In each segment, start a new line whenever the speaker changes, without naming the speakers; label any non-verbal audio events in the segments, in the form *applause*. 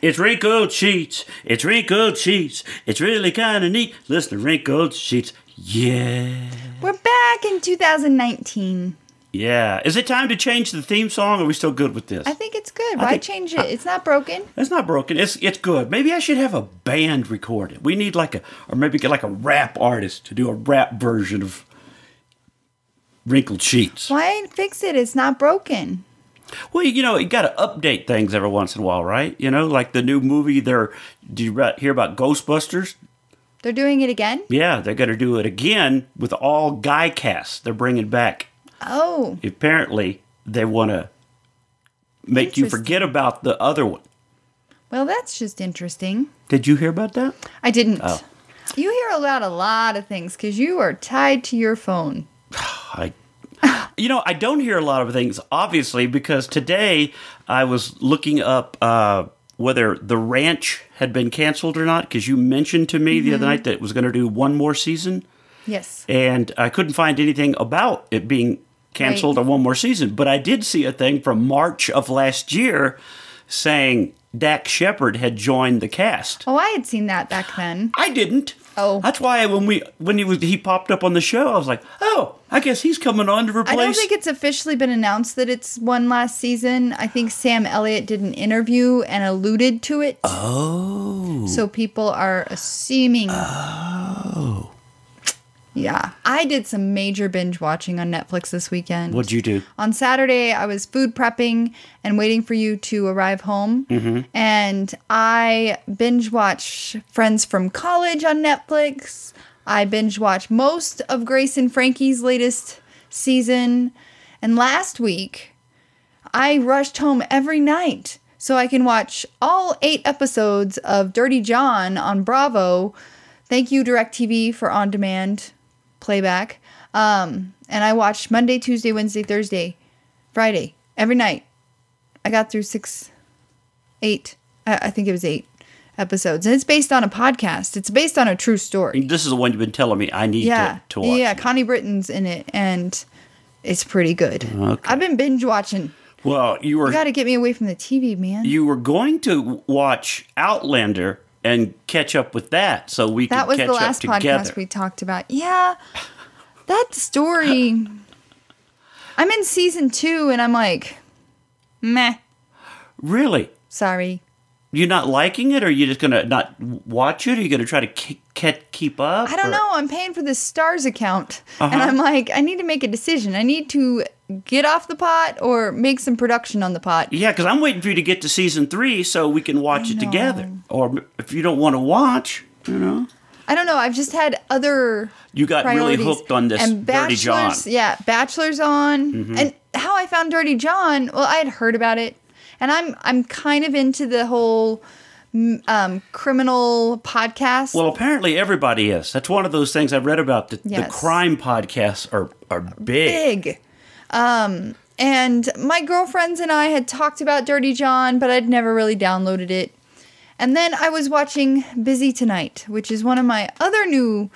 It's wrinkled sheets. It's wrinkled sheets. It's really kind of neat. Listen to wrinkled sheets. Yeah.
We're back in 2019.
Yeah. Is it time to change the theme song? Or are we still good with this?
I think it's good. Why
think-
change it? It's not broken.
It's not broken. It's it's good. Maybe I should have a band record it. We need like a or maybe get like a rap artist to do a rap version of Wrinkled Sheets.
Why fix it? It's not broken.
Well, you know, you got to update things every once in a while, right? You know, like the new movie. They're do you re- hear about Ghostbusters?
They're doing it again?
Yeah, they're going to do it again with all guy casts. They're bringing back.
Oh,
Apparently, they want to make you
Interesting.
forget about the other one.
well, that's just interesting.
Did you hear about that?
I didn't.
Oh.
You hear about a lot of things because you are tied to your phone.
I, you know, I don't hear a lot of things, obviously, because today I was looking up uh, whether The Ranch had been canceled or not, because you mentioned to me the other night that it was going to do one more season,
Yes.
and I couldn't find anything about it being canceled or one more season. But I did see a thing from March of last year saying Dak Shepard had joined the cast.
Oh, I had seen that back then.
I didn't.
Oh.
that's why when we when he was he popped up on the show, I was like, oh, I guess he's coming on to replace.
I don't think it's officially been announced that it's one last season. I think Sam Elliott did an interview and alluded to it. Oh. So people are assuming. Oh. Yeah. I did some major binge watching on Netflix this weekend.
What'd you do?
on Saturday, I was food prepping and waiting for you to arrive home. And I binge watch Friends from College on Netflix. I binge watch most of Grace and Frankie's latest season. And last week, I rushed home every night so I can watch all eight episodes of Dirty John on Bravo. Thank you, DirecTV, for on demand playback. Um, and I watched Monday, Tuesday, Wednesday, Thursday, Friday, every night. I got through six, eight, I, I think it was eight episodes. And it's based on a podcast, it's based on a true story.
This is the one you've been telling me I need
Yeah.
to, to watch.
Yeah. Connie Britton's in it, and it's pretty good. I've been binge watching.
Well, you were
You got to get me away from the TV, man.
you were going to watch Outlander and catch up with that, so we
that
could
was
catch
the last
up together.
podcast we talked about. Yeah, that
*sighs*
story. I'm in season two, and I'm like, meh.
Really,
Sorry.
you're not liking it, or you're just gonna not watch it? Or you gonna try to ke- ke- keep up?
I don't
or-
know. I'm paying for the stars account, and
Uh-huh.
I'm like, I need to make a decision. I need to get off the pot or make some production on the pot.
Yeah, because I'm waiting for you to get to season three so we can watch it together. Or if you don't want to watch, you know,
I don't know. I've just had other.
you got
priorities.
really hooked on this
and
Dirty John. Mm-hmm.
Bachelor's- Yeah, Bachelor's on, and how I found Dirty John. Well, I had heard about it, and I'm I'm kind of into the whole mm, um, criminal podcast.
Well, apparently everybody is. That's one of those things I read about. That the
Yes.
crime podcasts are are
big. Um, and my girlfriends and I had talked about Dirty John, but I'd never really downloaded it. And then I was watching Busy Tonight, which is one of my other new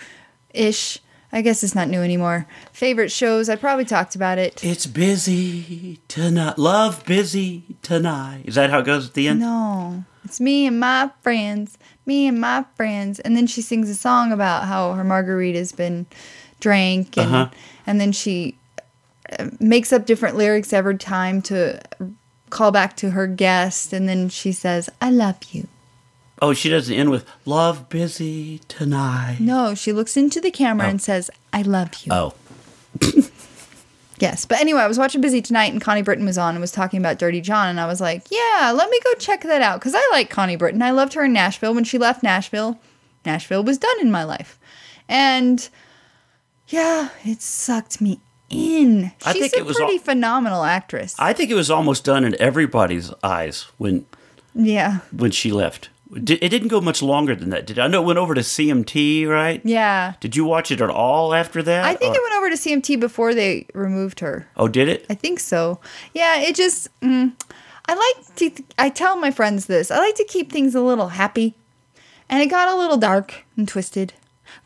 ish, I guess it's not new anymore, favorite shows. I probably talked about it.
It's busy tonight. Love busy tonight. Is that how it goes at the end?
No, it's me and my friends, me and my friends. And then she sings a song about how her margarita's been drank, and and then she uh, makes up different lyrics every time to call back to her guest, and then she says, "I love you."
Oh, she doesn't end with love busy tonight.
No, she looks into the camera and says, "I love you."
Oh,
Yes, but anyway, I was watching Busy Tonight and Connie Britton was on and was talking about Dirty John, and I was like, yeah, let me go check that out because I like Connie Britton. I loved her in Nashville. When she left Nashville, Nashville was done in my life, and yeah, it sucked me in. She's
I think
a
it was
pretty
all-
phenomenal actress.
I think it was almost done in everybody's eyes when
yeah,
when she left. Di- It didn't go much longer than that. Did I know it went over to CMT, right?
yeah.
Did you watch it at all after that?
I think
Or-
it went over to CMT before they removed her.
Oh, did it?
I think so. Yeah, it just. Mm, I like to. I tell my friends this. I like to keep things a little happy, and it got a little dark and twisted.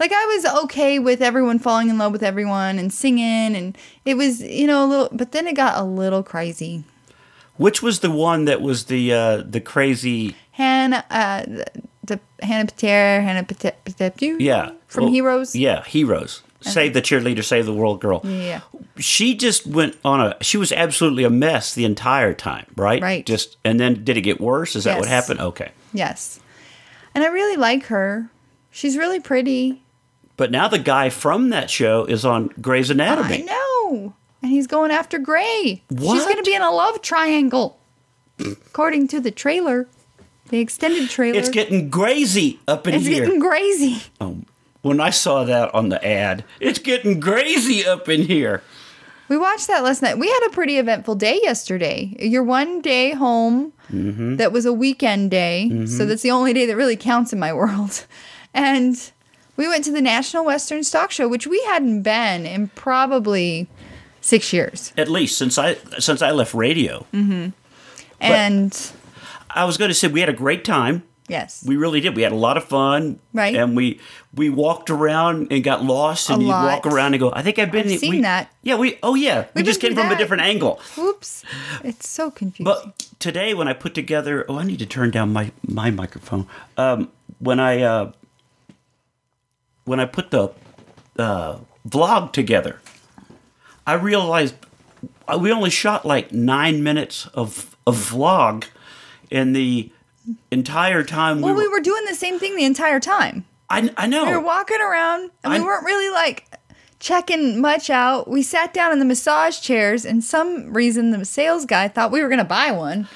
Like I was okay with everyone falling in love with everyone and singing, and it was you know a little. But then it got a little crazy.
Which was the one that was the uh, the crazy?
Hannah, uh, the, the Hannah Peter, Hannah Peter,
Yeah,
from
well,
Heroes.
Yeah, heroes. Save the cheerleader, save the world, girl.
Yeah.
She just went on a. She was absolutely a mess the entire time, right?
Right.
Just and then did it get worse? Is that what
Yes.
happened? Okay.
Yes, and I really like her. She's really pretty.
But now the guy from that show is on Grey's Anatomy.
I know, and he's going after Gray. She's
What?
going to be in a love triangle, according to the trailer, the extended trailer.
It's getting crazy up in
It's
here.
getting crazy.
when I saw that on the ad, it's getting crazy up in here.
We watched that last night. We had a pretty eventful day yesterday. Your one day home
Mm-hmm.
that was a weekend day. So that's the only day that really counts in my world. *laughs* And we went to the National Western Stock Show, which we hadn't been in probably six years.
At least since I since I left radio,
and
I was going to say we had a great time.
yes,
We really did. We had a lot of fun.
Right.
And we we walked around and got lost and
A
you
lot.
walk around and go, I think I've been
I've seen
we-
that.
Yeah, we oh yeah. we
We've
just
been
came
through
from a
that.
different angle.
oops, it's so confusing.
But today, when I put together, oh, I need to turn down my my microphone. Um, when I uh, when I put the uh, vlog together, I realized I- we only shot like nine minutes of of vlog, and the entire time
well,
we, Oh.
we were doing the same thing the entire time.
I, I know
We were walking around and
I-
we weren't really like checking much out. We sat down in the massage chairs, and some reason the sales guy thought we were going to buy one.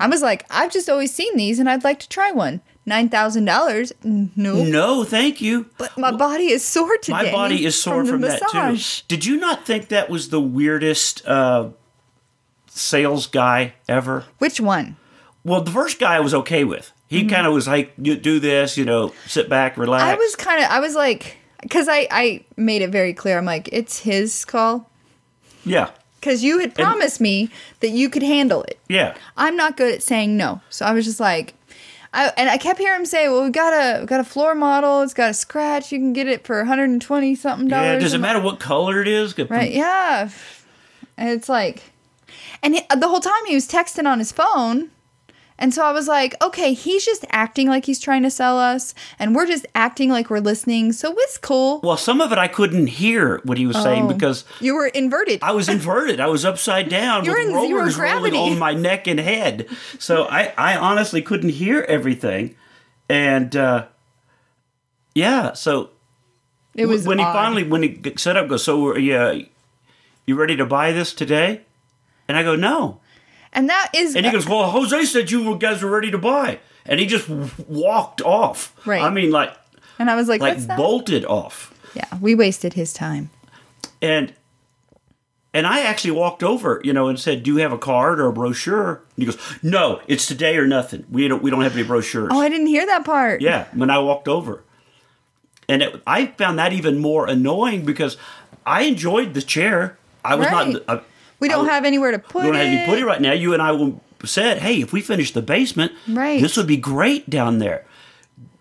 I was like, I've just always seen these and I'd like to try one. $9,000? No.
no, thank you.
But my body is sore today.
My body is sore from,
the
that
massage.
too. Did you not think that was the weirdest uh, sales guy ever?
Which one?
Well, the first guy I was okay with. He kind of was like, you do this, you know, sit back, relax.
Mm-hmm. I was kind of, I was like, because I, I made it very clear. I'm like, it's his call.
yeah,
Because you had promised me that you could handle it.
yeah.
I'm not good at saying no. So I was just like, I, and I kept hearing him say, "Well, we got a we got a floor model. It's got a scratch. You can get it for 120 something dollars."
Yeah, does it
I'm
matter what color it is?
like, Right? Yeah. And it's like, and he- the whole time he was texting on his phone, and so I was like, "Okay, he's just acting like he's trying to sell us, and we're just acting like we're listening. So it's cool."
Well, some of it I couldn't hear what he was saying
Oh.
because
you were inverted.
I was inverted. I was
*laughs*
upside down
You're
with
in zero
rollers rolling
gravity.
on my neck and head. So I, I honestly couldn't hear everything. And uh, yeah, so
it was
when he
odd.
finally when he g- set up goes, so are you, uh, you ready to buy this today? And I go, no.
and that is
And he goes, "Well, Jose said you guys were ready to buy," and he just w- walked off.
Right.
I mean, like
and I was like,
like
"What's that?"
bolted off.
yeah, we wasted his time.
And and I actually walked over, you know, and said, "Do you have a card or a brochure?" And he goes, "No, it's today or nothing. We don't we don't have any brochures."
Oh, I didn't hear that part.
Yeah, when I walked over. And it, I found that even more annoying because I enjoyed the chair. I was not.
Right.
I,
We
I
don't
was-
have anywhere to put
We don't
it.
have any put it right now. You and I will- said, hey, if we finish the basement,
Right.
this would be great down there.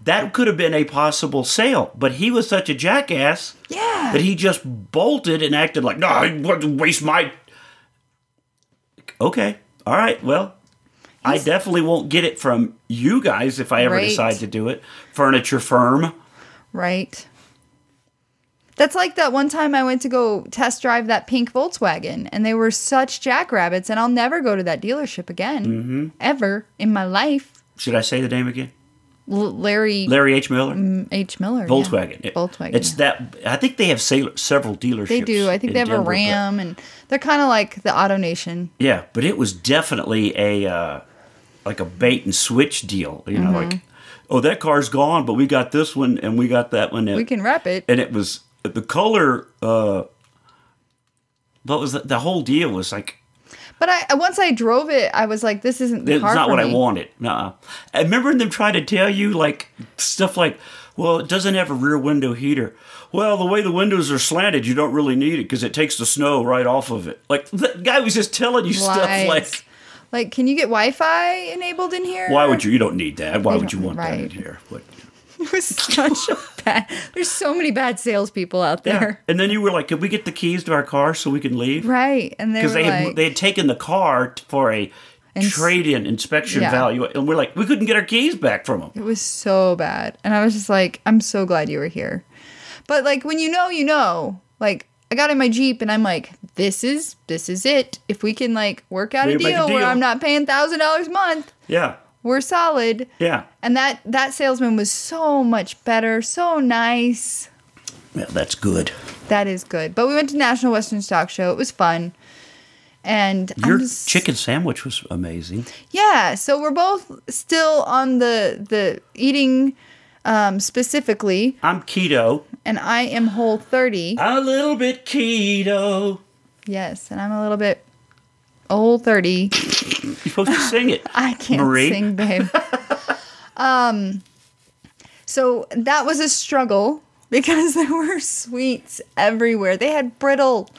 That could have been a possible sale, but he was such a jackass
Yeah.
that he just bolted and acted like, no, I want to waste my. Okay, all right, well, I definitely won't get it from you guys if I ever
Right.
decide to do it. Furniture firm.
Right. That's like that one time I went to go test drive that pink Volkswagen, and they were such jackrabbits, and I'll never go to that dealership again,
Mm-hmm.
ever in my life.
Should I say the name again?
L- Larry
Larry H. Miller?
H. Miller. Mm, yeah.
Volkswagen.
Volkswagen.
It's
yeah.
that. I think they have sal- several dealerships.
they do. I think
in
they have
Denver,
a
but-
Ram, and they're kind of like the Auto Nation.
Yeah, but it was definitely a uh, like a bait and switch deal. You know, like oh that car's gone, but we got this one and we got that one. And,
Mm-hmm. We can wrap it.
and it was the color. Uh, what was the, the whole deal? Was like
But I I- once I drove it, I was like, this isn't the
it's
car
not
for
what
me.
I wanted. Nuh-uh. I remember them trying to tell you like stuff like, well, it doesn't have a rear window heater. Well, the way the windows are slanted, you don't really need it because it takes the snow right off of it. Like the guy was just telling you *laughs*
Lies.
stuff like.
Like, can you get Wi-Fi enabled in here?
Why would you? You don't need that. Why would you
don't-
want that in
right.
here? What?
*laughs* It was such *laughs* a bad. There's so many bad salespeople out
Yeah.
there.
And then you were like, "Could we get the keys to our car so we can leave?"
Right, and they were
Because they
like,
had they had taken the car t- for a
And s-
trade in inspection
Yeah.
value. And we're like, we couldn't get our keys back from them.
It was so bad. And I was just like, I'm so glad you were here. But like when you know, you know. Like I got in my Jeep and I'm like, this is this is it. If we can like work out a
We make a
deal, where
deal.
I'm not paying thousand dollars a month,
Yeah.
we're solid.
Yeah.
And that that salesman was so much better, so nice.
Yeah, that's good.
That is good. But we went to National Western Stock Show. It was fun. And I'm
Your
just-
chicken sandwich was amazing.
Yeah, so we're both still on the the eating um, specifically,
I'm keto.
and I am whole thirty.
A little bit keto.
Yes, and I'm a little bit old thirty.
You're supposed to sing
*laughs*
it.
I can't
Marie? *laughs*
sing, babe. um, so that was a struggle because *laughs* there were sweets everywhere. They had brittle,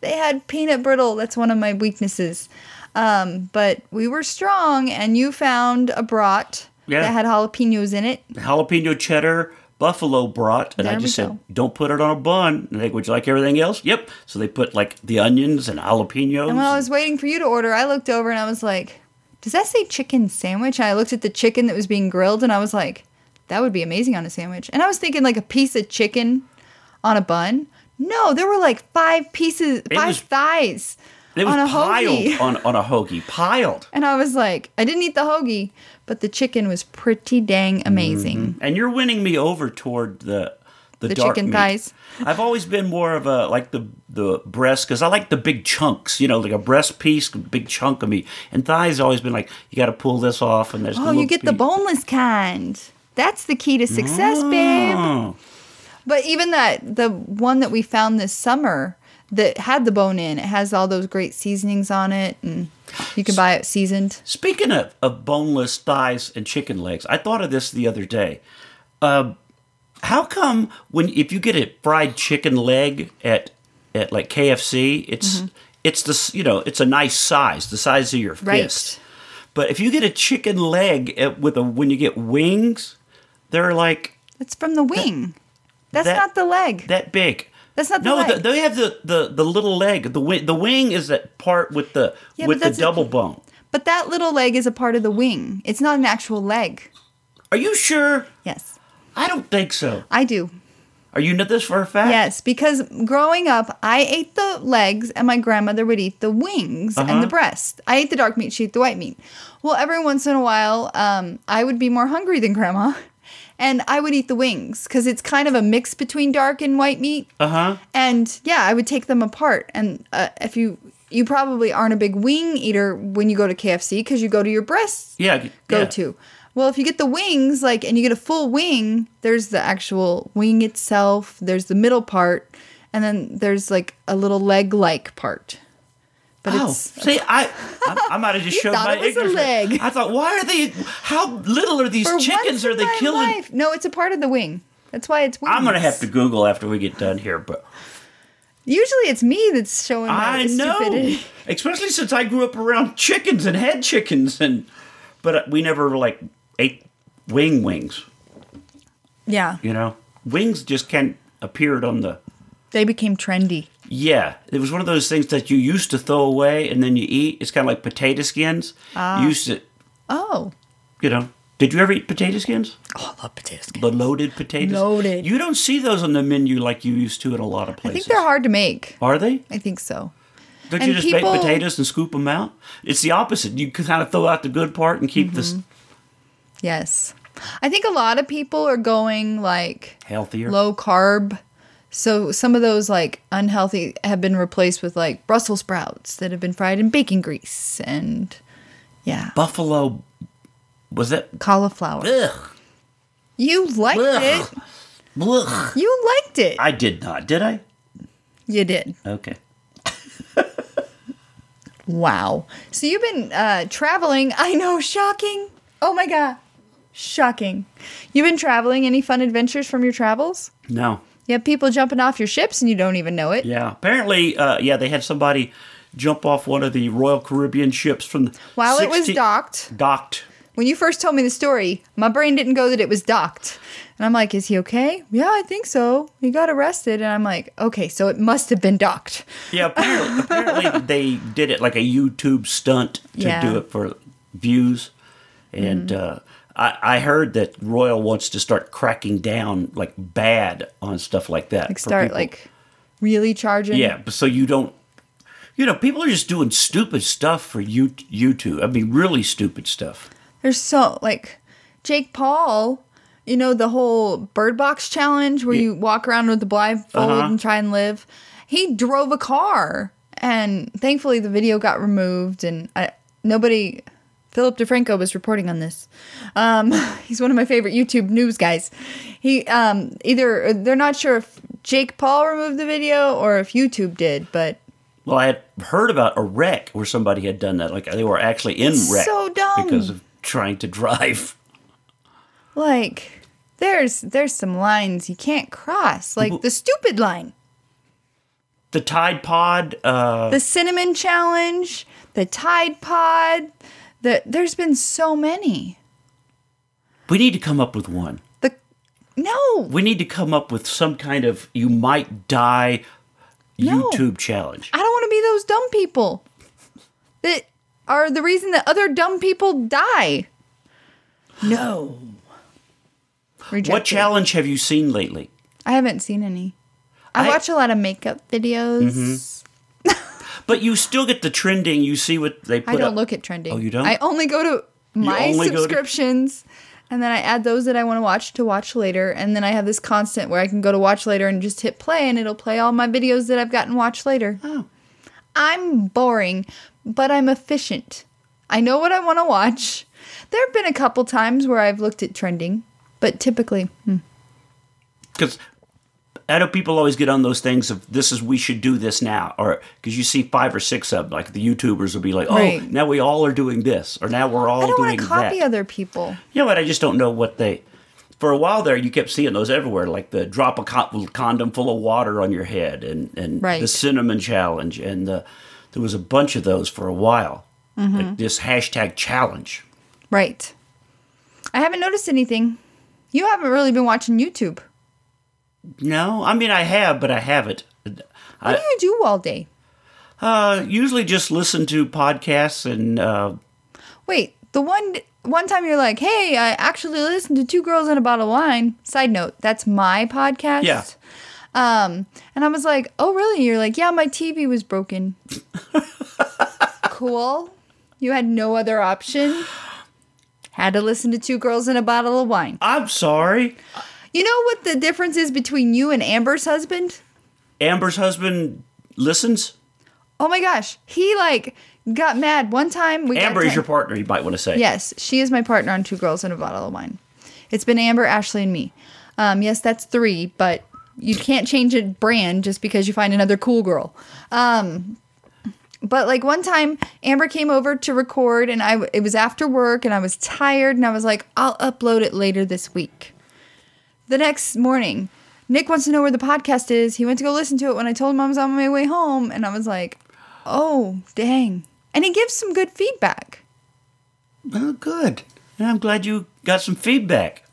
they had peanut brittle. That's one of my weaknesses. Um, but we were strong, and you found a brat
Yeah.
that had jalapenos in it.
Jalapeno cheddar buffalo brat. And I
There we
just said,
go.
don't put it on a bun. And they, would you like everything else? Yep. So they put like the onions and jalapenos.
And when I was waiting for you to order, I looked over and I was like, "Does that say chicken sandwich?" And I looked at the chicken that was being grilled, and I was like, "That would be amazing on a sandwich." And I was thinking like a piece of chicken on a bun. No, there were like five pieces, five
was-
thighs
it was
on a
piled
hoagie.
On, on a hoagie. Piled.
And I was like, I didn't eat the hoagie, but the chicken was pretty dang amazing.
And you're winning me over toward the the,
The
dark
chicken
meat.
thighs.
I've always been more of a like the the breast because I like the big chunks, you know, like a breast piece, big chunk of meat. And thighs always been like you got to pull this off, and there's
Oh, you get the boneless kind. That's the key to success, babe.
Oh,
But even that, the one that we found this summer that had the bone in, it has all those great seasonings on it, and you can buy it seasoned.
Speaking of, of boneless thighs and chicken legs, I thought of this the other day. Um, how come when if you get a fried chicken leg at at like KFC, it's
Mm-hmm.
it's the s- you know it's a nice size, the size of your
Right.
fist. But if you get a chicken leg at, with a when you get wings, they're like
That's from the wing. That's
that-
not the leg.
that big.
That's not the
no.
leg.
they have the, the the little leg. The wing the wing is that part with the
Yeah, but
with the
that's a-
double bone.
but that little leg is a part of the wing. It's not an actual leg.
Are you sure?
Yes,
I don't think so.
I do.
Are you know this for a fact?
*laughs* Yes, because growing up, I ate the legs, and my grandmother would eat the wings and the breast. I ate the dark meat; she ate the white meat. Well, every once in a while, um, I would be more hungry than grandma, *laughs* and I would eat the wings because it's kind of a mix between dark and white meat.
Uh huh.
And yeah, I would take them apart. And uh, if you you probably aren't a big wing eater when you go to KFC because you go to your breasts
Yeah.
go
yeah.
to. Well, if you get the wings, like, and you get a full wing, there's the actual wing itself, there's the middle part, and then there's like a little leg like part. But
Oh,
it's.
see, I, I, I might have
*laughs*
just showed
thought
my
it was a
ignorance.
leg.
I thought, why are they? How little are these
for once
chickens? Are
in
they
my
killing?
life- No, it's a part of the wing. That's why it's wings.
I'm gonna have to Google after we get done here, but
Usually it's me that's showing my
I know,
stupidity. *laughs*
especially since I grew up around chickens and had chickens, and but we never like ate wing wings.
Yeah.
You know, wings just can't appeared on the.
They became trendy.
Yeah, it was one of those things that you used to throw away and then you eat. It's kind of like potato skins.
Ah.
you used to,
Oh.
you know. Did you ever eat potato skins?
Oh, I love potatoes.
The loaded potatoes.
Loaded.
You don't see those on the menu like you used to in a lot of
I
places.
think they're hard to make.
Are they?
I think so.
Don't
And
you just
people-
bake potatoes and scoop them out? It's the opposite. You kind of throw out the good part and keep this
Mm-hmm. Yes. I think a lot of people are going like
healthier.
low carb. So some of those like unhealthy have been replaced with like Brussels sprouts that have been fried in bacon grease and yeah,
Buffalo. Was that?
cauliflower.
Ugh.
You liked
Ugh.
it.
Ugh.
You liked it.
I did not. Did I?
You did.
Okay.
Wow. So you've been uh, traveling. I know, shocking. Oh my god, shocking. You've been traveling. Any fun adventures from your travels?
No.
You have people jumping off your ships and you don't even know it.
Yeah. Apparently, uh, yeah, they had somebody jump off one of the Royal Caribbean ships from the
While it was
16
docked,
Docked.
when you first told me the story, my brain didn't go that it was docked. And And I'm like, is he okay? Yeah, I think so. He got arrested. And I'm like, okay, so it must have been docked.
Yeah, apparently,
*laughs*
apparently they did it like a YouTube stunt to
Yeah. Mm-hmm.
do it for views, and uh, I, I heard that Royal wants to start cracking down like bad on stuff like that.
Like
for
start
people.
like really charging.
yeah, but so you don't. You know, people are just doing stupid stuff for you YouTube. I mean, really stupid stuff.
There's so like Jake Paul, you know, the whole bird box challenge where you walk around with the blindfold
Uh-huh.
and try and live. He drove a car and thankfully the video got removed and I, nobody Philip DeFranco was reporting on this. Um, *laughs* he's one of my favorite YouTube news guys. He um, either they're not sure if Jake Paul removed the video or if YouTube did, but
Well, I had heard about a wreck where somebody had done that. Like they were actually in wreck
so dumb.
because of trying to drive.
like there's there's some lines you can't cross, like the stupid line.
The Tide Pod. Uh,
the cinnamon challenge, the Tide Pod. The, there's been so many.
we need to come up with one.
The no,
we need to come up with some kind of you might die
No.
YouTube challenge.
I don't want to be those dumb people that are the reason that other dumb people die. No. Rejected.
What challenge have you seen lately?
I haven't seen any. I,
I- Mm-hmm.
watch a lot of makeup videos.
But you still get the trending. You see what they put
I don't
up.
look at trending.
Oh, you don't?
I only go to my
only go to-
subscriptions, and then I add those that I want to watch to watch later, and then I have this constant where I can go to watch later and just hit play, and it'll play all my videos that I've gotten watched later.
Oh.
I'm boring, but I'm efficient. I know what I want to watch. There have been a couple times where I've looked at trending, but typically, hmm.
because I know people always get on those things of this is we should do this now, or because you see five or six of them, like the YouTubers will be like, oh,
Right.
now we all are doing this, or now we're all
I don't
doing
want to copy
that.
other people.
You know what? I just don't know what they. For a while there, you kept seeing those everywhere, like the drop a con- condom full of water on your head, and and
Right.
the cinnamon challenge, and the, there was a bunch of those for a while. Like this hashtag challenge.
Right. I haven't noticed anything. You haven't really been watching YouTube.
No, I mean I have, but I haven't.
What
I
do you do all day?
uh, usually just listen to podcasts and uh,
Wait, the one one time you're like, "Hey, I actually listened to Two Girls and a Bottle of Wine." Side note, that's my podcast.
Yeah.
Um, and I was like, "Oh, really?" You're like, "Yeah, my TV
*laughs*
was broken." cool. You had no other option. Had to listen to Two Girls and a Bottle of Wine.
I'm sorry.
You know what the difference is between you and Amber's husband?
Amber's husband listens.
Oh my gosh, he like got mad one time. We got
Amber is
time-
your partner, you might want to say.
Yes, she is my partner on Two Girls and a Bottle of Wine. It's been Amber, Ashley, and me. Um, yes, that's three, but you can't change a brand just because you find another cool girl. Um, but like one time, Amber came over to record, and I it was after work, and I was tired, and I was like, I'll upload it later this week. The next morning, Nick wants to know where the podcast is. He went to go listen to it when I told him I was on my way home, and I was like, oh dang. And he gives some good feedback.
Oh, good. And I'm glad you got some feedback.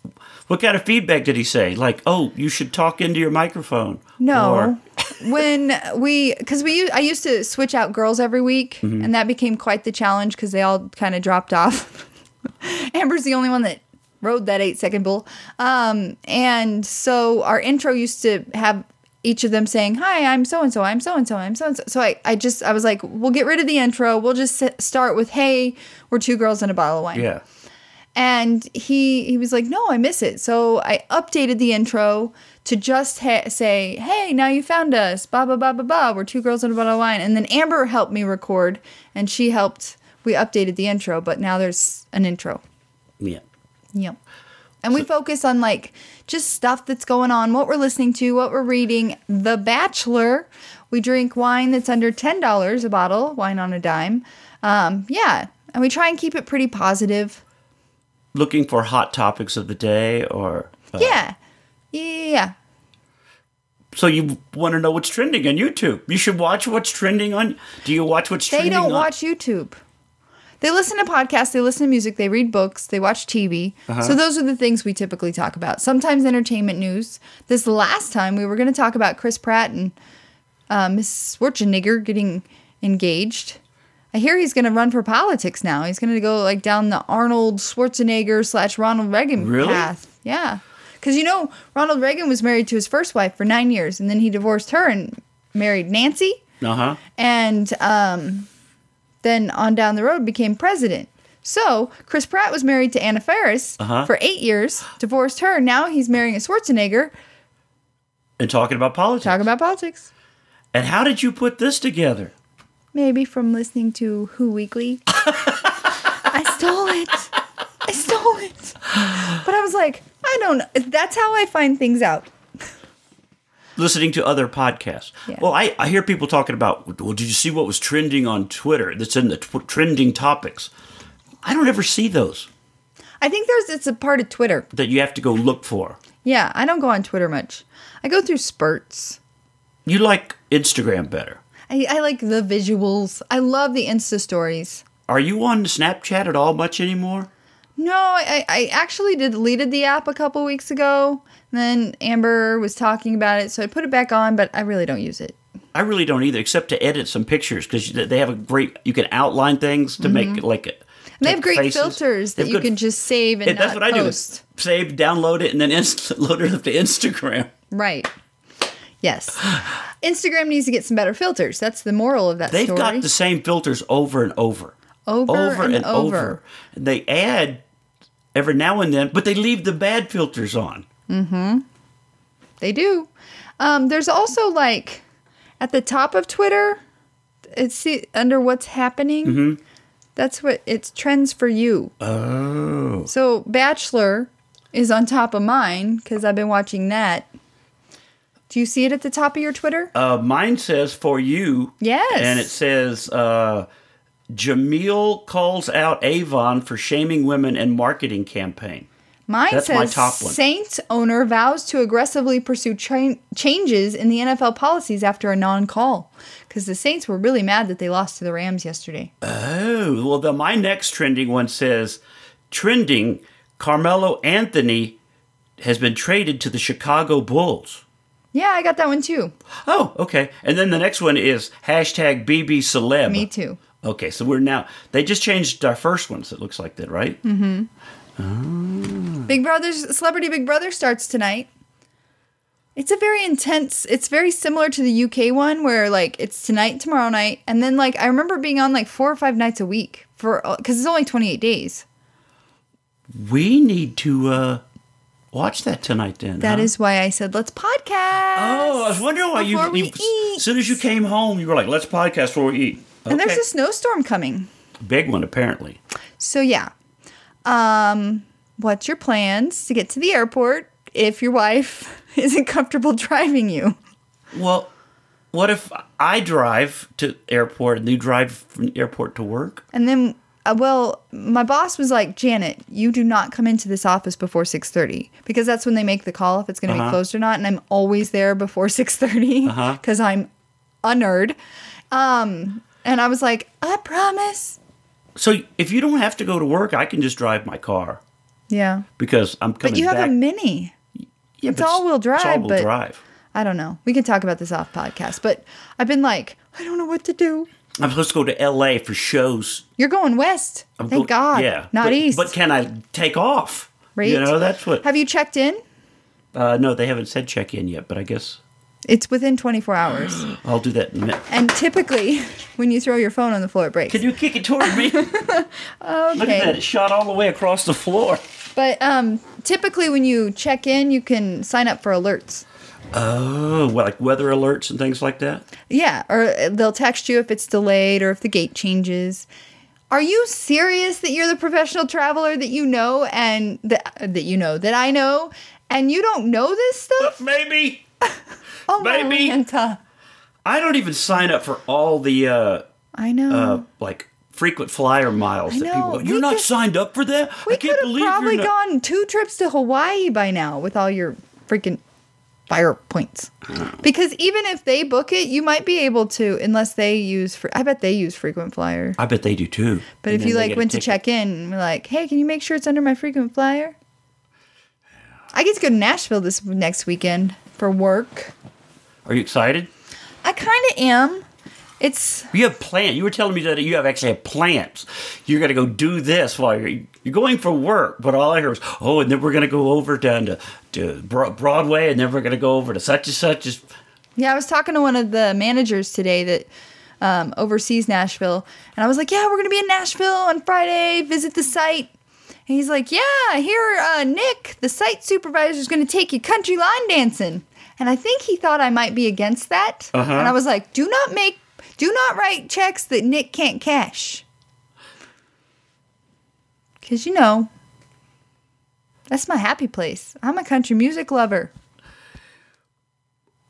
What kind of feedback did he say? Like, oh, you should talk into your microphone.
No.
Or,
*laughs* when we cuz we u- I used to switch out girls every week and that became quite the challenge cuz they all kind of dropped off. *laughs* Amber's the only one that rode that 8 second bull. Um and so our intro used to have each of them saying, "Hi, I'm so and so. I'm so and so. I'm so and so." So I I just I was like, "We'll get rid of the intro. We'll just s- start with, "Hey, we're two girls and a bottle of wine."
yeah.
and he he was like no i miss it so i updated the intro to just ha- say hey now you found us ba ba ba ba ba we're two girls in a bottle of wine and then amber helped me record and she helped we updated the intro but now there's an intro
Yeah.
yep and we focus on like just stuff that's going on what we're listening to what we're reading the bachelor we drink wine that's under $10 a bottle wine on a dime um, yeah and we try and keep it pretty positive
Looking for hot topics of the day or. uh,
Yeah. Yeah.
So you want to know what's trending on YouTube? You should watch what's trending on. Do you watch what's
They
trending?
don't
on-
watch YouTube. They listen to podcasts, they listen to music, they read books, they watch TV. So those are the things we typically talk about. Sometimes entertainment news. This last time we were going to talk about Chris Pratt and uh, Miss Schwarzenegger getting engaged. I hear he's going to run for politics now. He's going to go like down the Arnold Schwarzenegger slash Ronald Reagan
Really?
path. Yeah, because you know Ronald Reagan was married to his first wife for nine years, and then he divorced her and married Nancy
Uh huh.
and um, then on down the road became president. So Chris Pratt was married to Anna Faris
Uh-huh.
for eight years, divorced her. Now he's marrying a Schwarzenegger.
And talking about politics.
Talk about politics.
and how did you put this together?
Maybe from listening to Who Weekly. I stole it. I stole it. But I was like, I don't know. That's how I find things out.
Listening to other podcasts.
Yeah.
Well, I, I hear people talking about, well, did you see what was trending on Twitter that's in the tw- trending topics? I don't ever see those
I think there's it's a part of Twitter.
that you have to go look for.
Yeah, I don't go on Twitter much. I go through spurts.
You like Instagram better.
I, I like the visuals. I love the Insta stories.
Are you on Snapchat at all much anymore?
No, I, I actually did- deleted the app a couple weeks ago. And then Amber was talking about it, so I put it back on, but I really don't use it.
I really don't either, except to edit some pictures because they have a great. You can outline things to make like. a-
Mm-hmm. And they have
to
great
faces.
filters
They
that
have
you
good-
can just save and
Yeah, that's
not
what I
post.
do. Save, download it, and then *laughs* inst- load it up to Instagram.
Right. Yes. Instagram needs to get some better filters. That's the moral of that
They've
story.
got the same filters over and over,
Over and over.
And They add every now and then, but they leave the bad filters on.
They do. Um, there's also like at the top of Twitter, it's see, under what's happening.
Mm-hmm.
That's what it's trends for you.
Oh,
So Bachelor is on top of mine because I've been watching that. Do you see it at the top of your Twitter?
uh, mine says for you.
Yes.
and it says. Uh, Jameel calls out Avon for shaming women and marketing campaign.
Mine
that's
says
my top one.
Saints owner vows to aggressively pursue tra- changes in the NFL policies after a non-call because the Saints were really mad that they lost to the Rams yesterday.
Oh, well, the, my next trending one says trending Carmelo Anthony has been traded to the Chicago Bulls.
Yeah, I got that one too.
Oh, okay. And then the next one is hashtag BB Celeb.
Me too.
Okay, so we're now, they just changed our first ones, it looks like that, right?
Big Brother's Celebrity Big Brother starts tonight. It's a very intense. It's very similar to the UK one where like it's tonight, tomorrow night, and then like I remember being on like four or five nights a week for because it's only 28 days.
We need to uh, watch that tonight then.
That
huh?
is why I said let's podcast.
Uh-huh. Oh, I was wondering why you,
Before we
you
eat.
as soon as you came home, you were like, let's podcast before we eat. Okay.
And there's a snowstorm coming.
big one, apparently.
So yeah. Um what's your plans to get to the airport if your wife *laughs* isn't comfortable driving you?
Well, what if I drive to airport and you drive from airport to work?
And then, uh, well, my boss was like, "Janet, you do not come into this office before six thirty because that's when they make the call if it's going to
Uh-huh.
be closed or not." And I'm always there before *laughs* six thirty because I'm a nerd. Um, and I was like, "I promise."
So if you don't have to go to work, I can just drive my car
Yeah,
because I'm coming
but you have
back.
a mini.
yeah,
it's all-wheel
It's
drive,
all-wheel
but-
drive.
I don't know. We can talk about this off podcast, but I've been like, I don't know what to do.
I'm supposed to go to L.A. for shows.
You're going west.
I'm
Thank
go-
God.
Yeah,
not
but,
east.
But can I take off?
right?
You know, that's what.
Have you checked in?
uh, no, they haven't said check in yet, but I guess
It's within 24 hours.
I'll do that. In a minute.
And typically, when you throw your phone on the floor, it breaks.
Can you kick it toward
*laughs*
me? Look at that!
Okay.
It shot all the way across the floor.
But um, typically, when you check in, you can sign up for alerts.
Oh, what, like weather alerts and things like that.
Yeah, or they'll text you if it's delayed or if the gate changes. Are you serious that you're the professional traveler that you know and that that you know that I know and you don't know this stuff?
Uh, Maybe.
Oh my
Baby.
Lanta.
I don't even sign up for all the uh,
I know.
uh, like frequent flyer miles that people
know.
go, You're
We
not
could-
signed up for that?
we
I can't
could have
believe
probably
you're not.
gone two trips to Hawaii by now with all your freaking fire points.
Oh.
Because even if they book it, you might be able to, unless they use. Fr- I bet they use frequent flyer.
I bet they do too.
But
And
if
then
you
they
like
get a
went to
ticket.
check in and were like, hey, can you make sure it's under my frequent flyer? I get to go to Nashville this next weekend for work.
are you excited?
I kind of am. It's
You have plans. You were telling me that you have actually have plans. You're going to go do this while you're you're going for work. But all I hear is, oh, and then we're going to go over down to, to Bro- Broadway, and then we're going to go over to such and such. As,
Yeah, I was talking to one of the managers today that um, oversees Nashville, and I was like, "Yeah, we're gonna be in Nashville on Friday. Visit the site." And he's like, "Yeah, here, uh, Nick, the site supervisor's gonna take you country line dancing." And I think he thought I might be against that,
Uh-huh.
and I was like, "Do not make, do not write checks that Nick can't cash, because you know." That's my happy place. I'm a country music lover.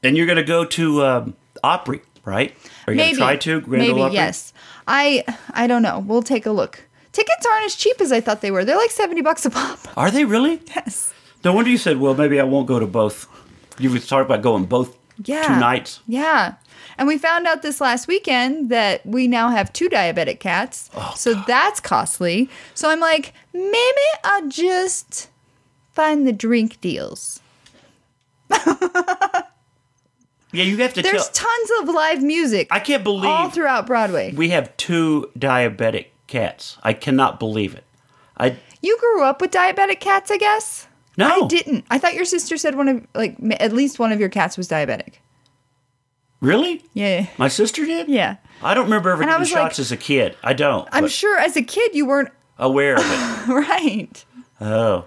and you're going to go to um, Opry, right? Are you going to try to? Grand Ole
maybe
Opry?
yes. I I don't know. We'll take a look. Tickets aren't as cheap as I thought they were. They're like seventy bucks
*laughs*
a pop.
Are they really?
Yes.
No wonder you said, well, maybe I won't go to both. You were talking about going both
Yeah.
two nights.
Yeah. And we found out this last weekend that we now have two diabetic cats.
Oh,
so that's costly. So I'm like, maybe I'll just find the drink deals.
Yeah, you have to
There's
tell.
tons of live music
I can't believe
all throughout Broadway.
we have two diabetic cats. I cannot believe it. I
You grew up with diabetic cats, I guess?
no
I didn't. I thought your sister said one of like m- at least one of your cats was diabetic.
really.
Yeah.
My sister did.
Yeah.
I don't remember ever
And I
getting
was like-
shots as a kid. I don't.
I'm
but
sure as a kid you weren't *laughs*
aware of
*sighs*
it.
right.
Oh,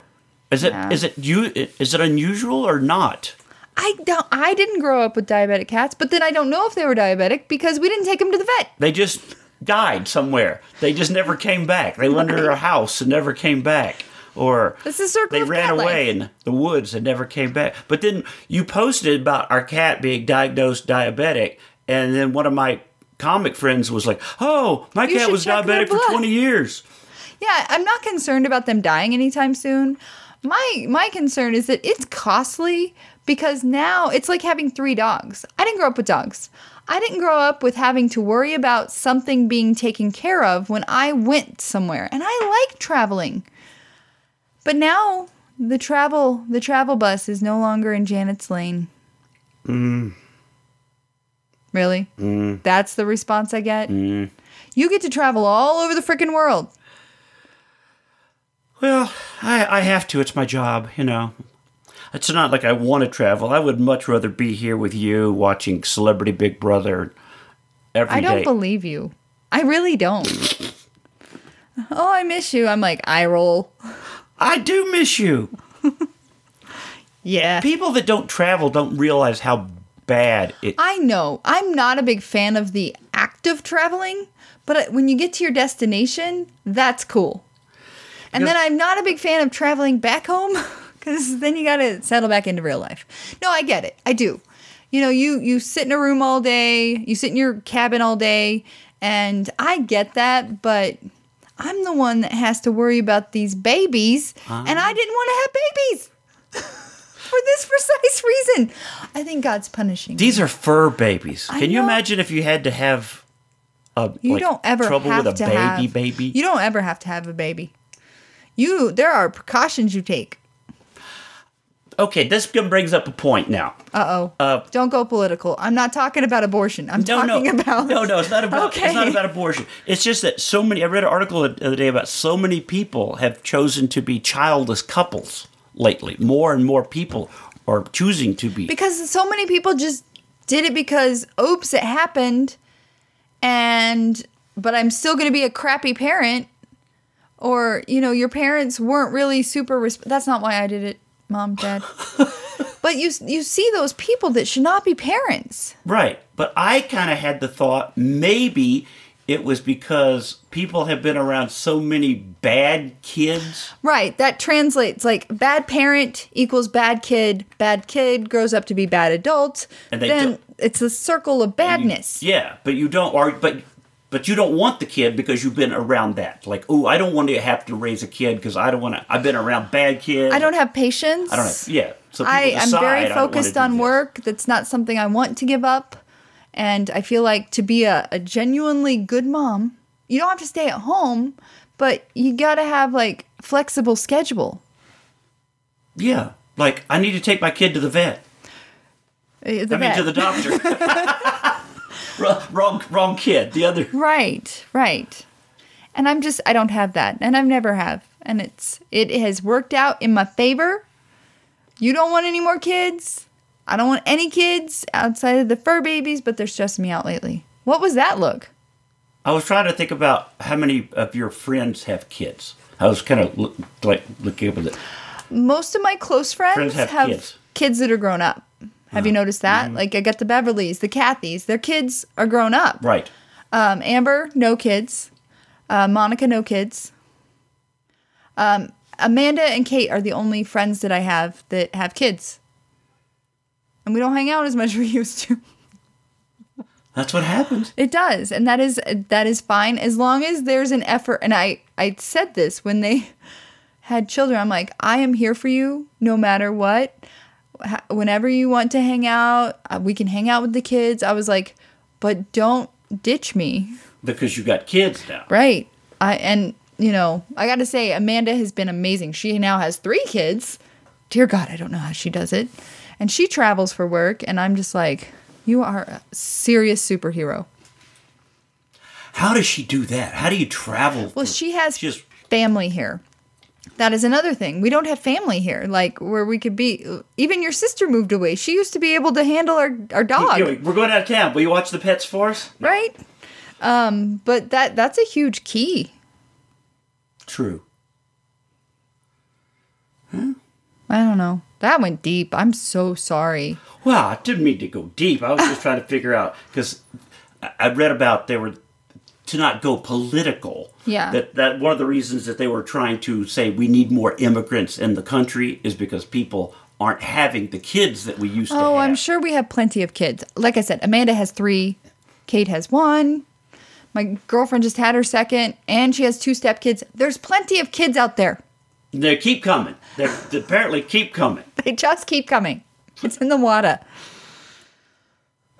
is it is it you is it unusual or not?
I don't I didn't grow up with diabetic cats, but then I don't know if they were diabetic because we didn't take them to the vet.
They just died somewhere. They just never came back. They went under a house and never came back. Or
It's the circle
they
of
ran
cat life.
away in the woods and never came back. But then you posted about our cat being diagnosed diabetic, and then one of my comic friends was like, "Oh, my
You
cat
should
was
check their
diabetic for
blood."
20 years."
Yeah, I'm not concerned about them dying anytime soon. My my concern is that it's costly because now it's like having three dogs. I didn't grow up with dogs. I didn't grow up with having to worry about something being taken care of when I went somewhere. And I like traveling. But now the travel the travel bus is no longer in Janet's lane. Really? That's the response I get. You get to travel all over the freaking world.
Well, I, I have to. It's my job, you know. It's not like I want to travel. I would much rather be here with you watching Celebrity Big Brother every day.
I don't believe you. I really don't. *laughs* oh, I miss you. I'm like, I roll.
I do miss you.
Yeah.
People that don't travel don't realize how bad it.
I know. I'm not a big fan of the act of traveling, but when you get to your destination, that's cool. And then I'm not a big fan of traveling back home *laughs* because then you got to settle back into real life. No, I get it. I do. You know, you you sit in a room all day, you sit in your cabin all day, and I get that, but I'm the one that has to worry about these babies, and I didn't want to have babies *laughs* for this precise reason. I think God's punishing. me.
These are fur babies.
I
Can you
know.
imagine if you had to have a
You
like,
don't ever
trouble
have
with a
to
baby
have,
baby?
You don't ever have to have a baby. You there are precautions you take.
okay, this brings up a point now.
Uh oh. don't go political. I'm not talking about abortion. I'm
No,
talking
no,
about
no, no. It's not about. It's not
Okay.
about abortion. It's just that so many. I read an article the other day about so many people have chosen to be childless couples lately. More and more people are choosing to be.
because so many people just did it because oops, it happened, and but I'm still going to be a crappy parent, or you know your parents weren't really super. Resp- That's not why I did it,
*laughs*
mom, dad. but you you see those people that should not be parents.
Right. But I kind of had the thought maybe it was because people have been around so many bad kids.
Right. That translates like bad parent equals bad kid. Bad kid grows up to be bad adult.
And they
then
don't-
it's a circle of badness.
Yeah, but you don't or but but you don't want the kid because you've been around that. Like, oh, I don't want to have to raise a kid because I don't want to. I've been around bad kids.
I don't have patience.
I don't know. Yeah. So people
I am
decide,
very
"I wanna
focused
do
on
this."
work. That's not something I want to give up. And I feel like to be a, a genuinely good mom, you don't have to stay at home, but you gotta have like flexible schedule.
Yeah, like I need to take my kid to the vet.
Uh,
I
The
mean,
vet.
to the doctor.
*laughs*
wrong, wrong, wrong kid. The other.
right, right. And I'm just I don't have that, and I've never have, and it's it has worked out in my favor. You don't want any more kids. I don't want any kids outside of the fur babies, but they're stressing me out lately. What was that look?
I was trying to think about how many of your friends have kids. I was kind of look, like looking up at it.
most of my close friends,
Friends have
have,
kids. Uh-huh. Mm-hmm.
kids. that are grown up. Have you noticed that? Like I got the Beverleys, the Cathys, their kids are grown up.
Right.
Um, Amber, no kids. Uh, Monica, no kids. Um, Amanda and Kate are the only friends that I have that have kids, and we don't hang out as much *laughs* as we used to.
That's what happens.
It does, and that is that is fine as long as there's an effort. And I I said this when they *laughs* had children. I'm like, I am here for you no matter what. Ha- Whenever you want to hang out, uh, we can hang out with the kids. I was like, but don't ditch me,
Because you got kids now.
right? I and you know I got to say Amanda has been amazing. She now has three kids. Dear God, I don't know how she does it, and she travels for work. And I'm just like, you are a serious superhero.
How does she do that? How do you travel?
Well,
for-
she has
She just-
family here. That is another thing. We don't have family here, like where we could be. Even your sister moved away. She used to be able to handle our, our dog,
Anyway, we're going out of town. Will you watch the pets for us?
right? Um, but that that's a huge key.
True.
I don't know. That went deep. I'm so sorry.
Well, I didn't mean to go deep. I was just trying to figure out because I I read about they were to not go political.
Yeah.
That that one of the reasons that they were trying to say we need more immigrants in the country is because people aren't having the kids that we used to have.
Oh, I'm sure we have plenty of kids. Like I said, Amanda has three, Kate has one. My girlfriend just had her second, and she has two step kids. There's plenty of kids out there. *laughs*
They keep coming. They they apparently keep coming.
They just keep coming. It's in the water.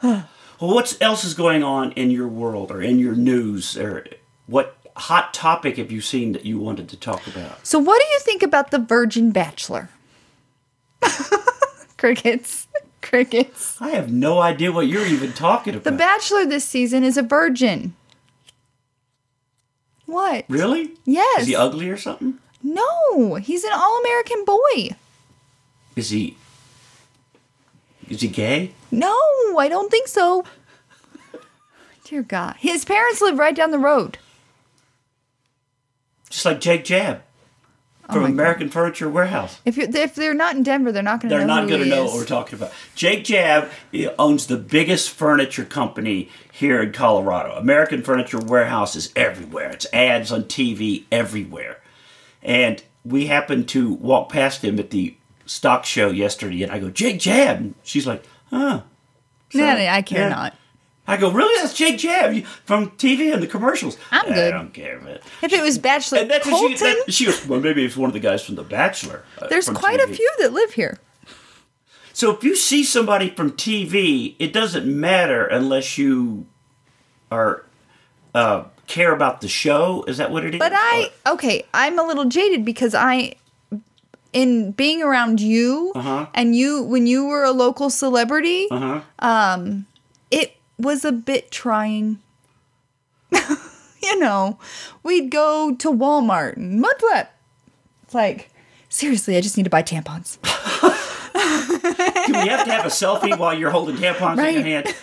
Well, what else is going on in your world or in your news or what hot topic have you seen that you wanted to talk about?
So, what do you think about the Virgin Bachelor? *laughs* Crickets. Crickets.
I have no idea what you're even talking about.
The Bachelor this season is a virgin. What?
really?
Yes.
Is he ugly or something?
no, he's an all American boy.
Is he? Is he gay?
No, I don't think so. Dear God. His parents live right down the road.
Just like Jake Jab from
Oh my God.
American Furniture Warehouse.
If, you're, if they're not in Denver, they're not going to know.
They're not
who
going to
he
know
is.
what we're talking about. Jake Jab he owns the biggest furniture company here in Colorado. American Furniture Warehouse is everywhere. It's ads on TV everywhere. And we happened to walk past him at the stock show yesterday, and I go, Jake Jab. And she's like, huh.
No, no, I
Yeah.
care not.
I go, really? That's Jake Jab you- from TV and the commercials.
I'm
I
good.
don't care, man.
If it was Bachelor
And that's
Colton,
what she, that, she goes, well, maybe it's one of the guys from The Bachelor. uh,
there's
from
quite a
TV."
few that live here.
So if you see somebody from TV, it doesn't matter unless you are uh, care about the show. Is that what it is?
But I okay, I'm a little jaded because I in being around you and you when you were a local celebrity, um,
uh
it was a bit trying. *laughs* you know, we'd go to Walmart and Mudflap. It's like seriously, I just need to buy tampons.
Do we have to have a selfie while you're holding tampons in your
Right.
hand?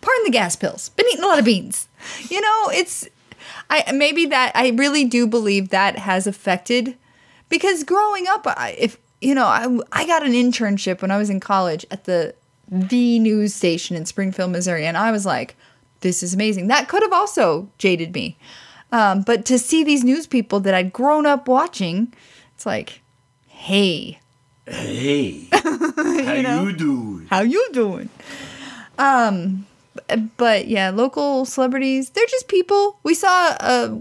Pardon the gas pills. Been eating a lot of beans. You know, it's I maybe that I really do believe that has affected because growing up, I, if you know, I I got an internship when I was in college at the the news station in Springfield, Missouri, and I was like, this is amazing. That could have also jaded me, um, but to see these news people that I'd grown up watching, it's like, hey, *laughs*
Hey, how you, doing?
how you doing? Um, but yeah, local celebrities—they're just people. We saw a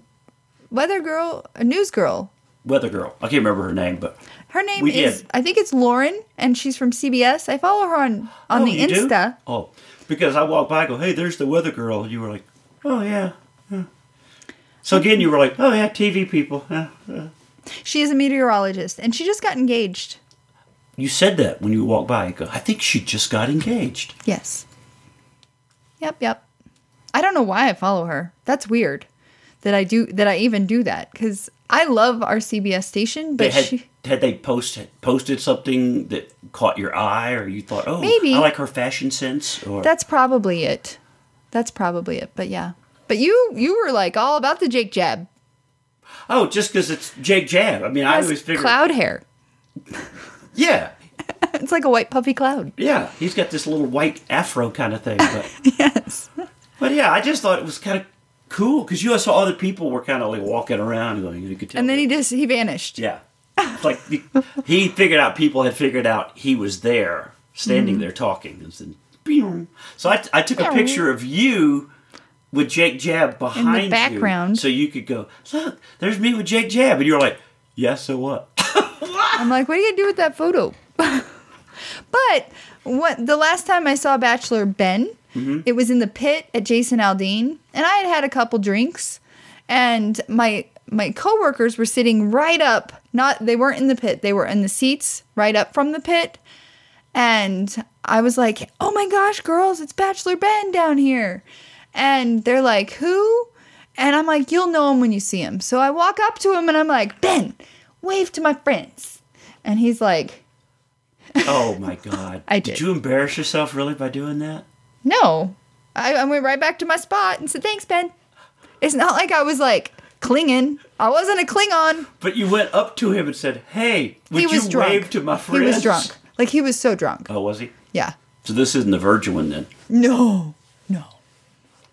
weather girl, a news girl,
weather girl. I can't remember her name, but
Her name
We
is,
did.
I think it's Lauren, and she's from CBS. I follow her on on
Oh,
the
you do?
Insta.
Oh, because I walked by, I go, hey, there's the weather girl. You were like, oh yeah. yeah." So again, you were like, oh yeah, TV people. yeah, yeah."
She is a meteorologist, and she just got engaged.
You said that when you walked by. You go, I think she just got engaged.
Yes. Yep, yep. I don't know why I follow her. That's weird that I do that I even do that cuz I love our CBS station,
They
but
had
she
had they posted posted something that caught your eye, or you thought, oh,
Maybe.
I like her fashion sense, or
that's probably it. That's probably it. But yeah. But you you were like all about the Jake Jab.
oh, just because it's Jake Jab. I mean, I
Has
always figured,
cloud hair.
yeah,
It's like a white puffy cloud.
yeah, he's got this little white afro kind of thing,
*laughs*
but.
Yes.
But yeah, I just thought it was kind of cool because you saw other people were kind of like walking around going, you could tell.
And then he just he vanished.
yeah, It's like he, he figured out people had figured out he was there, standing
Mm-hmm.
there talking. And then, "Pew." so I, I took a
Pew.
picture of you with Jake Jab behind you,
background.
so you could go, look, there's me with Jake Jab, and you're like, yeah, so
*laughs*
what?
I'm like, what are you gonna do with that photo? *laughs* but what the last time I saw Bachelor Ben,
Mm-hmm.
it was in the pit at Jason Aldean, and I had had a couple drinks, and my my coworkers were sitting right up. Not they weren't in the pit; they were in the seats right up from the pit. And I was like, oh my gosh, girls, it's Bachelor Ben down here. And they're like, who? And I'm like, you'll know him when you see him. So I walk up to him and I'm like, Ben, wave to my friends. And he's like,
Oh my god!
I did.
did you embarrass yourself really by doing that?
no. I, I went right back to my spot and said, thanks, Ben. It's not like I was like clinging, I wasn't a Klingon.
But you went up to him and said, "Hey, would
he was
you
drunk.
wave to my friends?"
He was drunk. Like he was so drunk.
Oh, was he?
Yeah.
So this isn't the virgin one then.
No, no,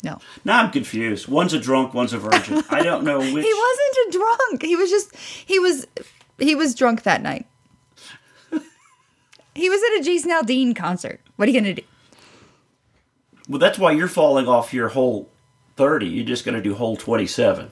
no.
Now I'm confused. One's a drunk, one's a virgin. I don't know which.
*laughs* He wasn't a drunk. He was just he was he was drunk that night. he was at a Jason Aldean concert. What are you gonna do?
Well, that's why you're falling off your whole 30. You're just going to do whole 27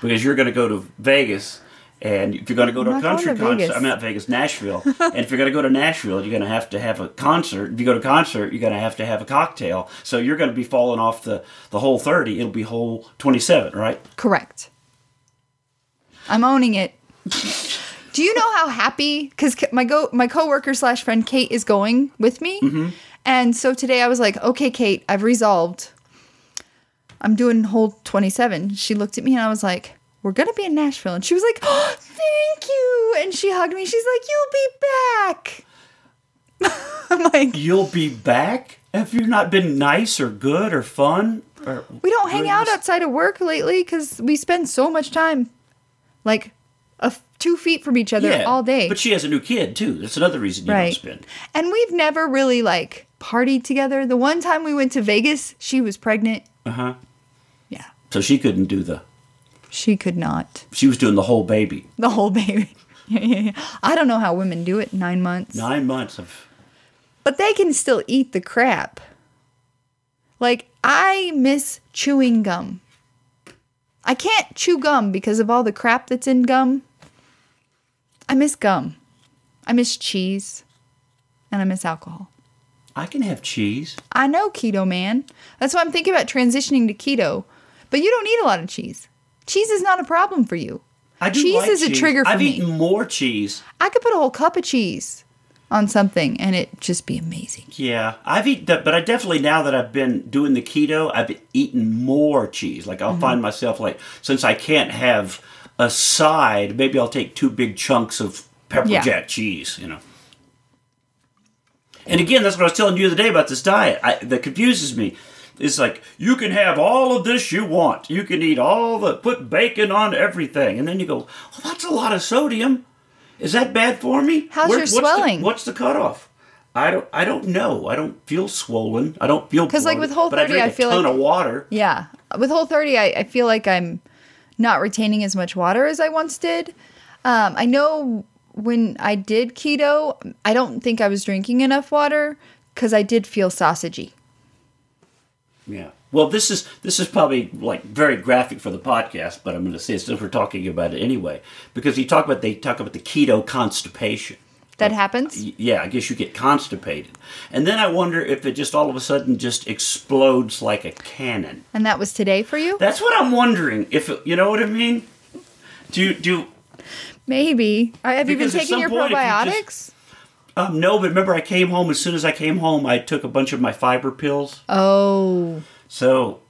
because you're going to go to Vegas. And if you're going to go to
I'm
a
not going
country
to
concert,
Vegas.
I'm not Vegas, Nashville. and if you're going to go to Nashville, you're going to have to have a concert. If you go to a concert, you're going to have to have a cocktail. So you're going to be falling off the, the whole 30. It'll be whole 27, right?
Correct. I'm owning it. do you know how happy? Because my go my coworker slash friend Kate is going with me, and so today I was like, okay, Kate, I've resolved. I'm doing whole 27. She looked at me and I was like, we're gonna be in Nashville, and she was like, *gasps* oh, thank you, and she hugged me. She's like, you'll be back. *laughs* I'm like,
You'll be back? Have you not been nice or good or fun? Or
we don't hang out
Grease?
outside of work lately because we spend so much time, like, a f- two feet from each other all day.
But she has a new kid too. That's another reason you don't
right.
spend.
And we've never really like partied together. The one time we went to Vegas, she was pregnant.
Uh huh.
Yeah.
So she couldn't do the.
She could not.
She was doing the whole baby.
The whole *laughs* baby. Yeah, yeah, yeah. I don't know how women do it nine months.
Nine months of.
But they can still eat the crap. Like, I miss chewing gum. I can't chew gum because of all the crap that's in gum. I miss gum. I miss cheese. And I miss alcohol.
I can have cheese.
I know keto, man. That's why I'm thinking about transitioning to keto. But you don't eat a lot of cheese. Cheese is not a problem for you.
I do
Cheese
like
is a trigger for
I've
me.
eaten more cheese.
I could put a whole cup of cheese on something and it just be amazing.
Yeah, I've eaten that, but I definitely now that I've been doing the keto, I've eaten more cheese. Like
Mm-hmm.
I'll find myself like since I can't have a side, maybe I'll take two big chunks of pepper
Yeah.
jack cheese. You know. And again, that's what I was telling you the other day about this diet I, that confuses me. It's like you can have all of this you want. You can eat all the put bacon on everything, and then you go, "Well, that's a lot of sodium. Is that bad for me?
How's your
what's
swelling?
The, what's the cutoff? I don't. I don't know. I don't feel swollen. I don't feel
'Cause, like, with
bloated, but I,
Whole30, I
drink
feel
a ton
like-
of water.
Yeah. With Whole 30, I, I feel like I'm not retaining as much water as I once did. Um, I know when I did keto, I don't think I was drinking enough water because I did feel sausagey.
Yeah. Well, this is this is probably like very graphic for the podcast, but I'm going to say it since we're talking about it anyway, because you talk about they talk about the keto constipation. Oh.
That happens.
Y- Yeah, I guess you get constipated, and then I wonder if it just all of a sudden just explodes like a cannon.
And that was today for you?
That's what I'm wondering. If you know what I mean? Do you- do
Maybe. Uh, Have you been
Because at
taking
some
your
point, if you
probiotics?
just- um, no, but remember I came home. As soon as I came home, I took a bunch of my fiber pills.
Oh,
So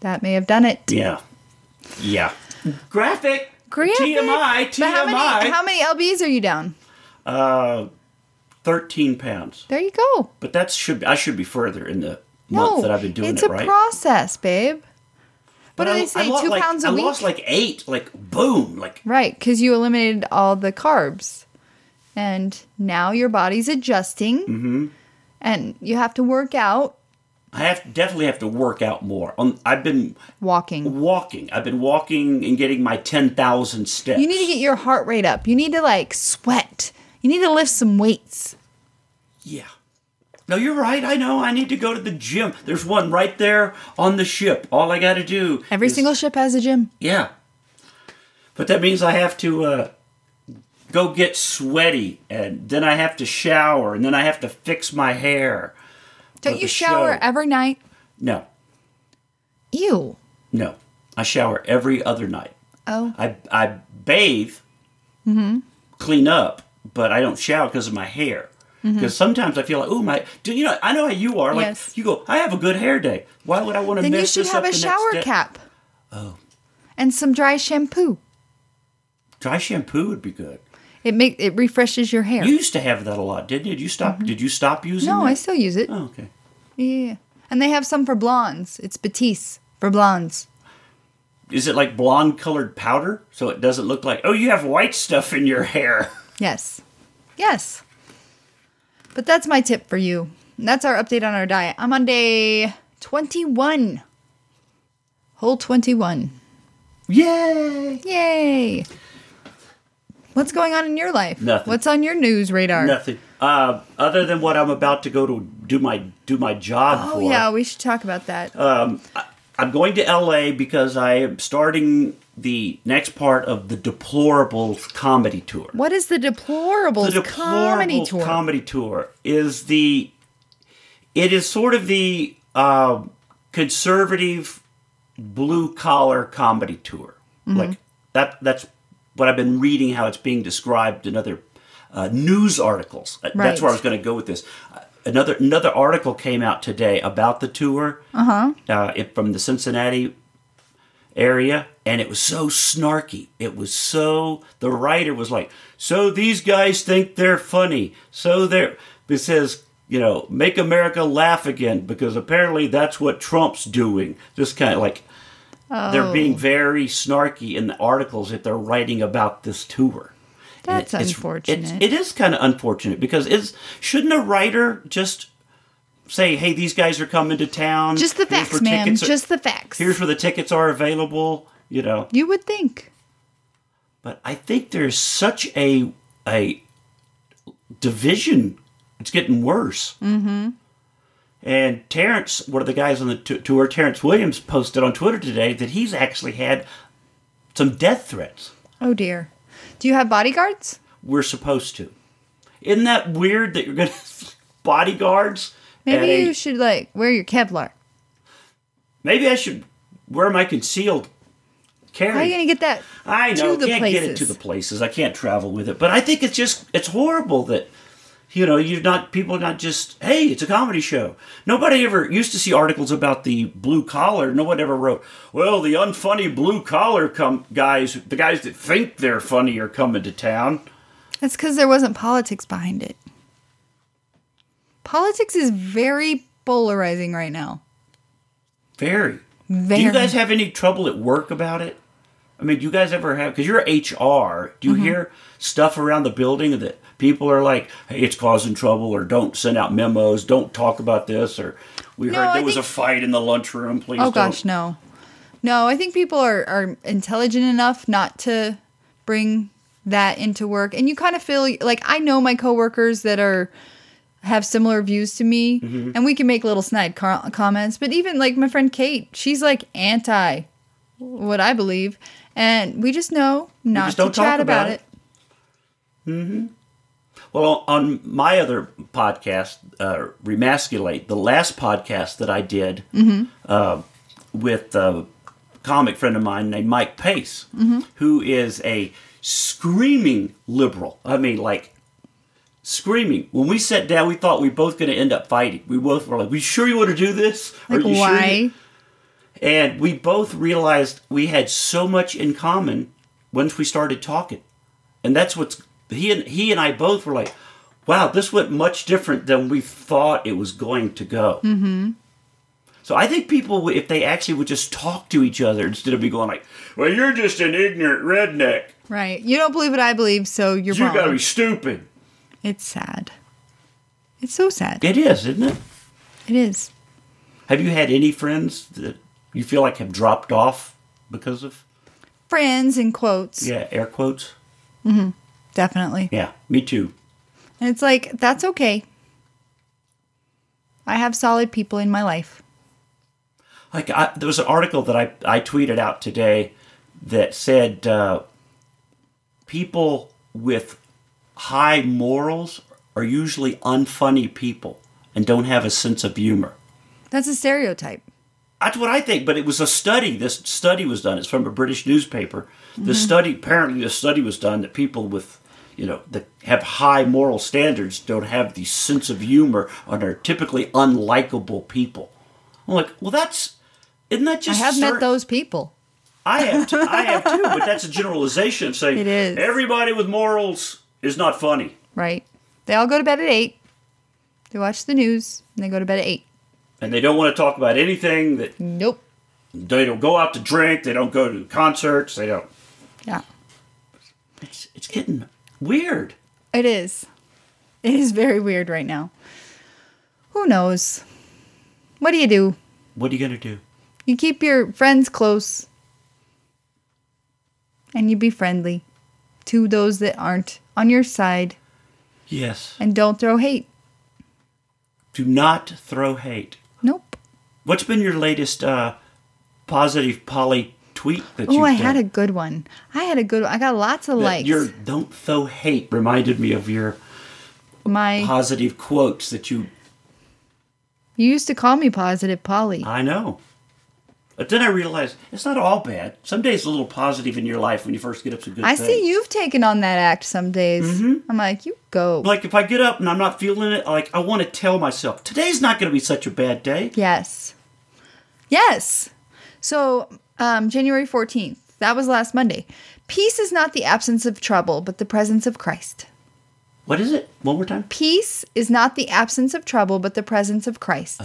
that may have done it.
yeah, yeah. Graphic.
Graphic.
TMI.
But how many,
TMI.
how many lbs are you down?
Uh, thirteen pounds.
There you go.
But that should I should be further in the
No,
month that I've been doing
it's
it
a
right.
process, babe. What
But
do
I-
they
I
say?
lost
Two
like-
pounds a
I
week.
lost like eight. Like boom. Like
Right, because you eliminated all the carbs. And now your body's adjusting.
Mm-hmm.
And you have to work out
I have definitely have to work out more. Um, I've been
walking.
walking. I've been walking and getting my ten thousand steps.
You need to get your heart rate up. You need to like sweat. You need to lift some weights.
Yeah. No, you're right. I know. I need to go to the gym. There's one right there on the ship. All I got to do.
Every
is-
single ship has a gym.
Yeah. But that means I have to uh, go get sweaty, and then I have to shower, and then I have to fix my hair.
Don't
the
you shower
show.
every night?
No,
Ew.
no. I shower every other night.
Oh,
I I bathe,
Mm-hmm.
clean up, but I don't shower because of my hair. Because sometimes I feel like, oh my, do you know? I know how you are. Like
Mm-hmm. Yes.
you go, I have a good hair day. Why would I want to
then
mess
you should
this
have
up
a
the
shower
next day?
cap. Oh. And some dry shampoo.
Dry shampoo would be good.
It make it refreshes your hair.
You used to have that a lot, didn't you? Did you stop? Did you stop using?
Mm-hmm. no,
that?
I still use it.
Oh, okay.
Yeah. And they have some for blondes. It's Batiste for blondes.
Is it like blonde colored powder so it doesn't look like oh you have white stuff in your hair?
Yes. Yes. But that's my tip for you. And That's our update on our diet. I'm on day 21. Whole 21.
Yay!
*laughs* Yay. What's going on in your life?
Nothing.
What's on your news radar?
Nothing. Uh, other than what I'm about to go to do my do my job
Oh,
for.
yeah, we should talk about that.
Uh, I'm going to LA because I am starting the next part of the Deplorables comedy tour.
what is the Deplorables,
The
comedy
Deplorables
tour?
comedy tour is the it is sort of the uh, conservative blue collar comedy tour.
Mm-hmm.
Like that that's what I've been reading how it's being described in other uh, news articles. Uh, That's where I
Right.
was going to go with this. Uh, Another another article came out today about the tour. Uh-huh. it, from the Cincinnati area and it was so snarky it was so the writer was like so these guys think they're funny so they're it says you know make america laugh again because apparently that's what trump's doing just kind of like they're
Oh.
being very snarky in the articles that they're writing about this tour And
That's
it's-
unfortunate.
it's, it is kind of unfortunate because it's shouldn't a writer just say hey these guys are coming to town
Just the
Here's
facts,
where
ma'am.
tickets are-
Just the facts.
here's where the tickets are available you know
you would think.
but i think there's such a a division it's getting worse mm-hmm. and terrence one of the guys on the t- tour terrence williams posted on twitter today that he's actually had some death threats
Oh, dear. Do you have bodyguards?
we're supposed to isn't that weird that you're gonna *laughs* bodyguards at
Maybe
a-
you should like wear your Kevlar.
maybe i should wear my concealed carry
How are you gonna get that?
I know
to the
can't get it to
places.
the places. I can't travel with it, but I think it's just it's horrible that you know you're not people are not just hey it's a comedy show. Nobody ever used to see articles about the blue collar. No one ever wrote well the unfunny blue collar com- guys the guys that think they're funny are coming to town.
That's because there wasn't politics behind it. Politics is very polarizing right now.
Very. Do
Very.
you guys have any trouble at work about it? I mean, do you guys ever have? Because you're HR. Do you
Mm-hmm.
hear stuff around the building that people are like, "Hey, it's causing trouble," or "Don't send out memos," "Don't talk about this," or "We
No,
heard there
I
was a
think-
fight in the lunchroom." Please.
oh
don't.
gosh, no, no. I think people are are intelligent enough not to bring that into work, and you kind of feel like I know my coworkers that are have similar views to me,
Mm-hmm.
and we can make little snide co- comments. But even like my friend Kate, she's like anti what I believe, and we just know not
just
to
don't talk
chat about,
about
it.
it. Well, on my other podcast, uh, Remasculate, the last podcast that I did
Mm-hmm.
uh, with a comic friend of mine named Mike Pace,
Mm-hmm.
who is a screaming liberal. I mean, like, screaming. When we sat down, we thought we were both going to end up fighting. We both were like, we sure you want to do this? Are
Like
you sure you-"
why?
And we both realized we had so much in common once we started talking. And that's what's he and he and I both were like, wow, this went much different than we thought it was going to go. Mm-hmm. So I think people, would- if they actually would just talk to each other instead of be going like, well, you're just an ignorant redneck.
Right. You don't believe what I believe, so you're
You
wrong.
gotta be stupid.
It's sad. It's so sad.
It is, isn't it?
It is.
Have you had any friends that you feel like have dropped off because of
Friends in quotes.
yeah air quotes?
Definitely.
Yeah, me too.
And it's like, that's okay. I have solid people in my life.
like I, there was an article that I, I tweeted out today that said uh, people with high morals are usually unfunny people and don't have a sense of humor.
That's a stereotype.
That's what I think, but it was a study. This study was done. It's from a British newspaper.
Mm-hmm.
The study apparently the study was done that people with you know that have high moral standards don't have the sense of humor and are typically unlikable people. I'm like, well, that's isn't that
I
just
have met
certain-
those people.
I have, t- I have too, but that's a generalization of saying
It is.
everybody with morals is not funny.
Right. They all go to bed at eight. They watch the news and they go to bed at eight.
And they don't want to talk about anything that
Nope.
they don't go out to drink, they don't go to concerts, they don't.
Yeah.
It's, it's getting weird.
It is. It is very weird right now. Who knows? What do you do?
What are you going to do?
You keep your friends close and you be friendly to those that aren't on your side
Yes.
and don't throw hate.
Do not throw hate.
Nope.
What's been your latest uh, positive poly tweet that
Oh,
you've
I had a
done?
good one. I had a good one. I got lots of
That
likes.
Your don't throw hate reminded me of your
My
positive quotes that you
you used to call me positive Polly.
I know. But then I realized it's not all bad. Some days a little positive in your life when you first get up to good
I
things.
see you've taken on that act some days. I'm like, you go.
Like if I get up and I'm not feeling it, like I want to tell myself today's not going to be such a bad day.
Yes. Yes. So, um, January 14th, that was last Monday. Peace is not the absence of trouble, but the presence of Christ.
What is it? One more time.
Peace is not the absence of trouble, but the presence of Christ.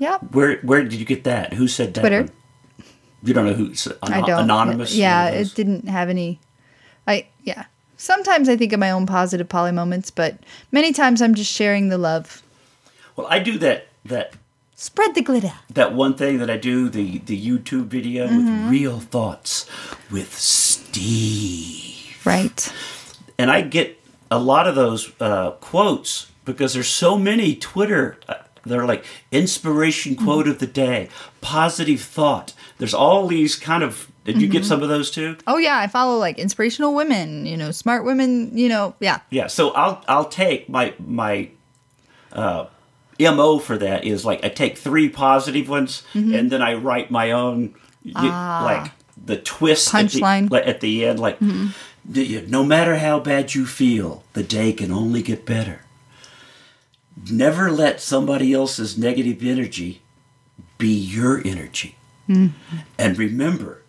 Yep.
Where where did you get that? Who said that?
Twitter.
one? You don't know who's an-
I don't.
anonymous.
Yeah,
One of
it
those.
didn't have any. I, yeah. Sometimes I think of my own positive poly moments, but many times I'm just sharing the love.
Well, I do that that
Spread the glitter.
that one thing that I do the the YouTube video
Mm-hmm.
with real thoughts with Steve.
Right.
and I get a lot of those uh, quotes because there's so many Twitter. Uh, they're like inspiration quote of the day, positive thought. There's all these kind of. Did you get some of those too?
Oh, yeah. I follow like inspirational women, you know, smart women, you know, yeah.
Yeah. So I'll I'll take my my. Uh, mo for that is like I take three positive ones and then I write my own y- like the twist at the-
Punchline.
like, at the end like "Do you- no matter how bad you feel the day can only get better never let somebody else's negative energy be your energy. And remember,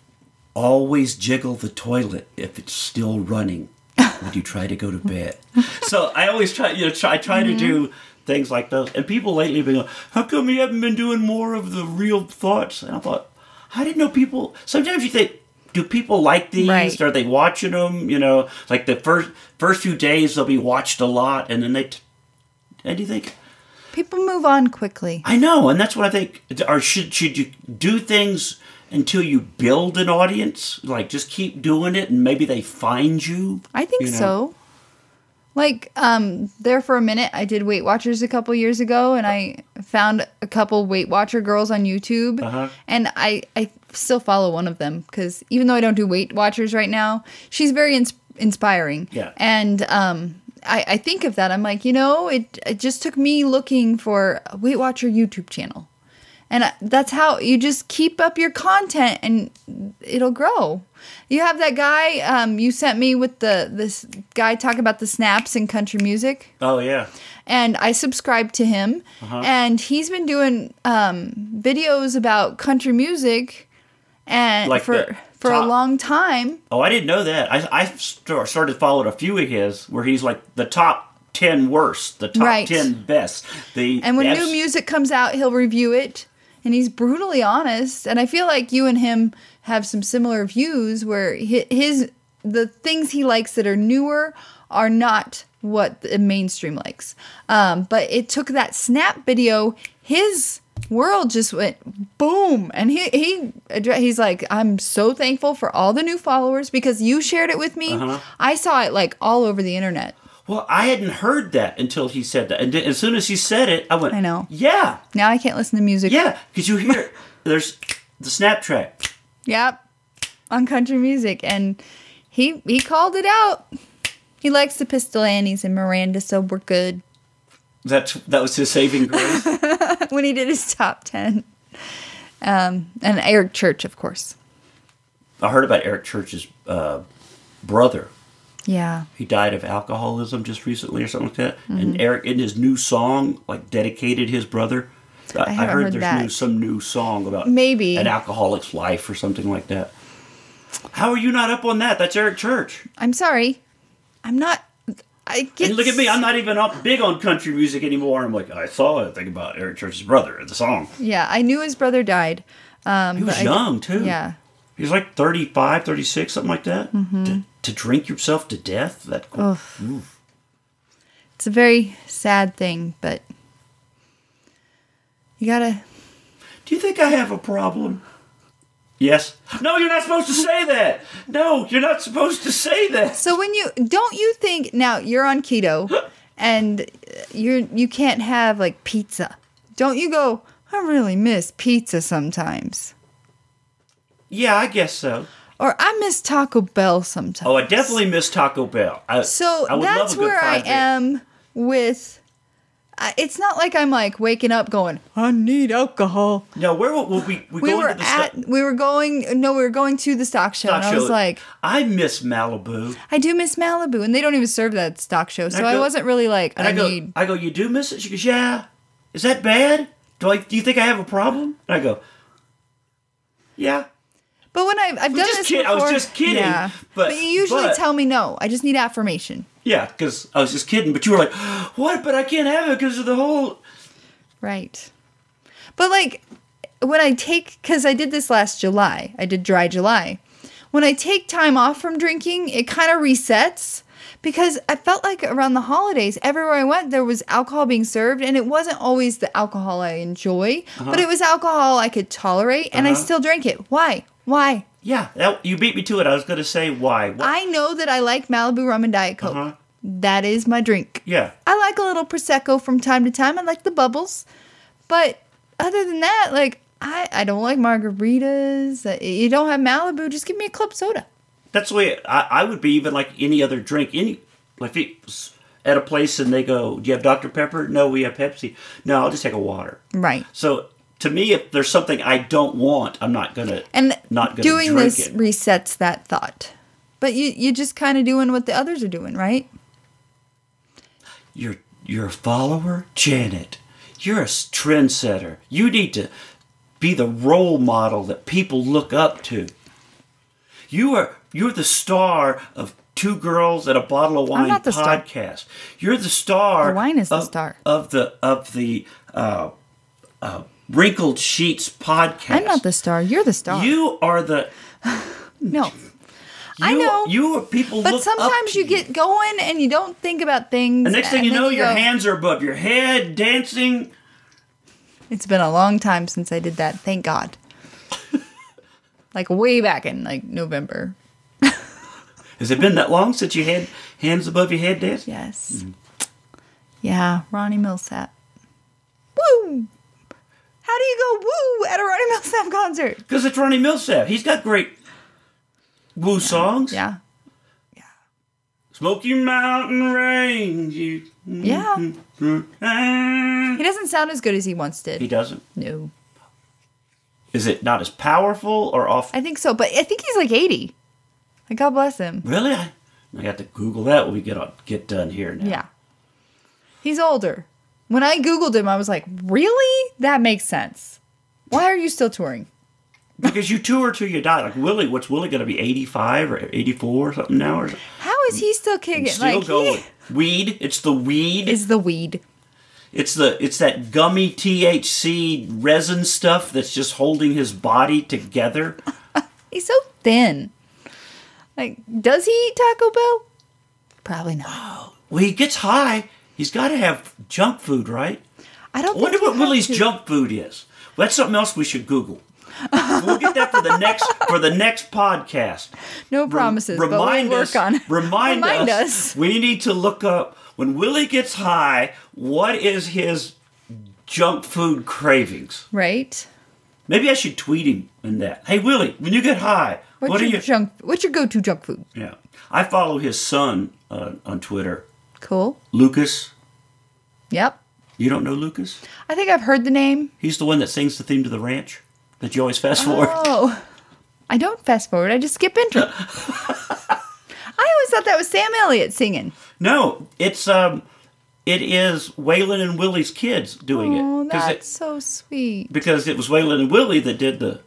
always jiggle the toilet if it's still running when you try to go to bed. so I always try, you know, try, I try to do things like those. And people lately have been going, how come you haven't been doing more of the real thoughts? And I thought, I didn't know people. Sometimes you think, do people like these?
Right.
Are they watching them? You know, like the first first few days they'll be watched a lot, and then they, t- and you think,
People move on quickly.
I know, and that's what I think. Or should should you do things until you build an audience? Like just keep doing it, and maybe they find you.
I think
you know?
so. Like um there for a minute I did Weight Watchers a couple years ago and I found a couple Weight Watcher girls on YouTube
Uh-huh.
and I I still follow one of them cuz even though I don't do Weight Watchers right now, she's very ins- inspiring.
Yeah.
And um I, I think of that. I'm like, you know, it, it just took me looking for a Weight Watcher YouTube channel. And I- that's how you just keep up your content and it'll grow. You have that guy um, you sent me with the this guy talking about the snaps in country music,
Oh yeah.
and I subscribed to him,
Uh-huh.
and he's been doing um, videos about country music, and
Like the
for for a
top-
long time.
Oh, I didn't know that. I I st- started following a few of his where he's like the top ten worst, the top
Right.
ten best. The
And when
that's-
new music comes out, he'll review it. And he's brutally honest. And I feel like you and him have some similar views where hi- his the things he likes that are newer are not what the mainstream likes. Um, but it took that snap video, his world just went boom and he he addre- he's like i'm so thankful for all the new followers because you shared it with me i saw it like all over the internet
Well, I hadn't heard that until he said that, and then as soon as he said it, I went.
I know.
Yeah,
now i can't listen to music
yeah, because you hear it. there's the snap track.
Yep. On country music and he he called it out. He likes the Pistol Annies and Miranda, so we're good. *laughs*
That's that was his saving grace.
when he did his top ten. Um, and Eric Church, of course.
I heard about Eric Church's uh, brother.
Yeah.
He died of alcoholism just recently or something like that.
Mm-hmm.
And Eric, in his new song, like dedicated his brother. I, I,
haven't
heard
heard
there's
that.
New, some new song about
Maybe.
an alcoholic's life or something like that. How are you not up on that? That's Eric Church.
I'm sorry. I'm not I get
And look at me, I'm not even up big on country music anymore. I'm like, I saw a thing about Eric Church's brother in the song.
Yeah, I knew his brother died. Um
He was
but I-
young too.
yeah. Mm-hmm.
He was like 35, 36, something like that. To, to drink yourself to death? That Oof.
It's a very sad thing, but you gotta
Do you think I have a problem? Yes. No, you're not supposed to say that. No, you're not supposed to say that.
So when you don't you think now you're
*gasps*
on keto and you're you can't have like pizza. Don't you go, I really miss pizza sometimes.
Yeah, I guess so.
Or I miss Taco Bell sometimes.
Oh, I definitely miss Taco Bell. I,
So
I would love
that's
a good
where I
fried dish.
am with I it's not like I'm like waking up going, I need alcohol.
No, where will, will we we,
We
go
were
into the sto-
at we were going no, we were going to the stock show
stock
and I was
show?
like,
I miss Malibu.
I do miss Malibu and they don't even serve that stock show. So I
go-
wasn't really like
And I,
I,
go,
need
I go, you do miss it? She goes, yeah. Is that bad? Do I? Do you think I have a problem? And I go, yeah.
But when I've, I've done
just
this
kid-
before,
I was just kidding, but-
you usually
but-
tell me no. I just need affirmation,
Yeah, because I was just kidding. But you were like, what? But I can't have it because of the whole.
right? But like when I take, because I did this last July, I did dry July. When I take time off from drinking, it kind of resets because I felt like around the holidays, everywhere I went, there was alcohol being served, and it wasn't always the alcohol I enjoy,
Uh-huh.
but it was alcohol I could tolerate, and I still drank it. Why? Why?
Yeah, that, you beat me to it. I was going to say why. Why-
I know that I like Malibu rum and Diet Coke.
Uh-huh.
That is my drink.
yeah.
I like a little prosecco from time to time. I like the bubbles, but other than that, like I I don't like margaritas. Uh, You don't have Malibu. Just give me a club soda.
That's the way I, I would be even like any other drink. Any like if it's at a place and they go, "Do you have Dr Pepper?" No, we have Pepsi. No, I'll just take a water.
Right.
So to me, if there's something I don't want, I'm not gonna
And
not gonna
doing
drink
this
it.
resets that thought. But you you just kind of doing what the others are doing, right?
You're you're a follower, Janet. You're a s- trendsetter. You need to be the role model that people look up to. You are you're the star of Two Girls and a Bottle of Wine
not the star.
podcast. You're the star.
The wine is the
of,
star.
of the of the uh, uh, Wrinkled Sheets podcast.
I'm not the star. You're the star.
You are the.
no.
You,
I know.
You are people.
But
look up
sometimes
to
you get going and you don't think about things.
The next thing
and
you
then
know, your
go,
hands are above your head, dancing.
It's been a long time since I did that.
*laughs*
Thank God. like way back in like November.
Has it been that long since you had Hands above your head, Des.
Yes. Yeah, Ronnie Millsap. Woo! How do you go woo at a Ronnie *laughs* Millsap concert?
Because it's Ronnie Millsap. He's got great woo songs.
Yeah.
Smoky Mountain Range. you-
Yeah.
He
He doesn't sound as good as he once did.
doesn't.
No.
Is it not as powerful or off?
I think so, but I think he's like 80. Like, God bless him.
Really? I, I got to Google that when we get on, get done here now.
Yeah. He's older. When I Googled him, I was like, really? That makes sense. Why are you still touring?
Because you tour till you die. Like Willie, what's Willie going to be? Eighty five or eighty four or something now? Or something?
How is he still kicking?
still
like,
going.
He
Weed. It's the weed.
is the weed.
It's the it's that gummy THC resin stuff that's just holding his body together.
He's so thin. Like, does he eat Taco Bell? Probably not.
Well, he gets high. He's got to have junk food, right?
I don't
I wonder
think you
what
have
Willie's
to.
junk food is. Well, that's something else we should Google. we'll get that for the next for the next podcast.
No promises, but we'll work
us,
on.
*laughs* Remind,
remind
us, We need to look up when Willie gets high. What is his junk food cravings?
Right?
Maybe I should tweet him in that. Hey Willie, when you get high,
What's
what are
your
you?
junk? What's your go-to junk food?
yeah, I follow his son uh, on Twitter,
Cool.
Lucas.
Yep.
You don't know Lucas?
I think I've heard the name.
He's the one that sings the theme to the ranch that you always fast forward.
Oh, I don't fast forward. I just skip into it. I always thought that was Sam Elliott singing.
*laughs* No, it's um, it is Waylon and Willie's kids doing
Oh,
it because
that's
it
so sweet.
because it was Waylon and Willie that did the.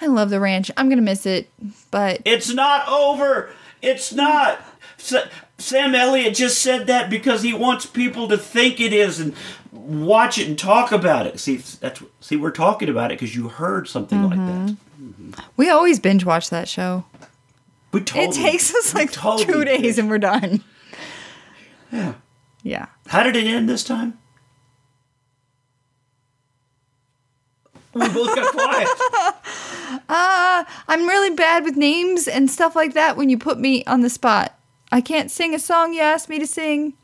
I love the ranch. I'm gonna miss it, but
It's not over. It's not. Sa- Sam Elliott just said that because he wants people to think it is and watch it and talk about it. See, that's see, we're talking about it because you heard something
Mm-hmm.
like that.
we always binge watch that show.
We told
it
you.
takes us
We
like
told
two
you.
days and we're done. Yeah.
How did it end this time? We both got quiet.
I'm really bad with names and stuff like that when you put me on the spot. I can't sing a song you asked me to sing.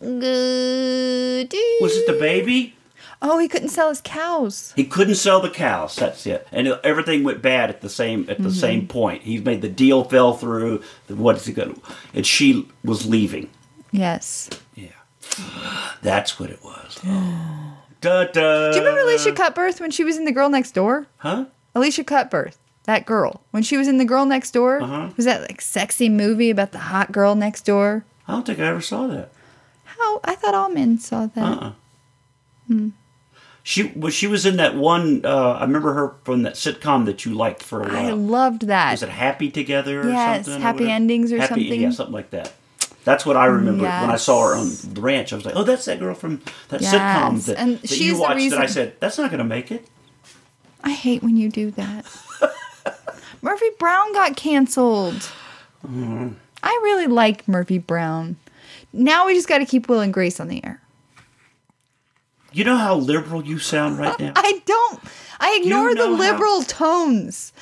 Was
Was
it the baby?
Oh, he couldn't sell his cows.
He couldn't sell the cows. That's it, and it- everything went bad at the same at the
Mm-hmm.
same point. He made the deal fell through. The, what is he going? to And she was leaving.
Yes.
Yeah, *gasps* that's what it
*gasps*
was. *gasps* da da.
Do you remember Alicia Cutbirth when she was in The Girl Next Door?
Huh?
Alicia Cutbirth, that girl, when she was in The Girl Next Door, was that like sexy movie about the hot girl next door?
I don't think I ever saw that.
How I thought all men saw that.
She was she was in that one. Uh, I remember her from that sitcom that you liked for a
I
while.
loved that.
was it Happy Together? Or
Yes,
something, or
Happy
whatever?
Endings or
Happy-
something.
Yeah, something like that. That's what I remember when I saw her on
Yes.
the ranch. I was like, "Oh, that's that girl from that
Yes,
sitcom that,
and
that
she's
you
the
watched." That I
reason-
said, "That's not going to make it."
I hate when you do that. Murphy Brown got canceled. I really like Murphy Brown. Now we just got to keep Will and Grace on the air.
You know how liberal you sound right
*laughs*
now.
I don't. I ignore
know
the
how-
liberal tones.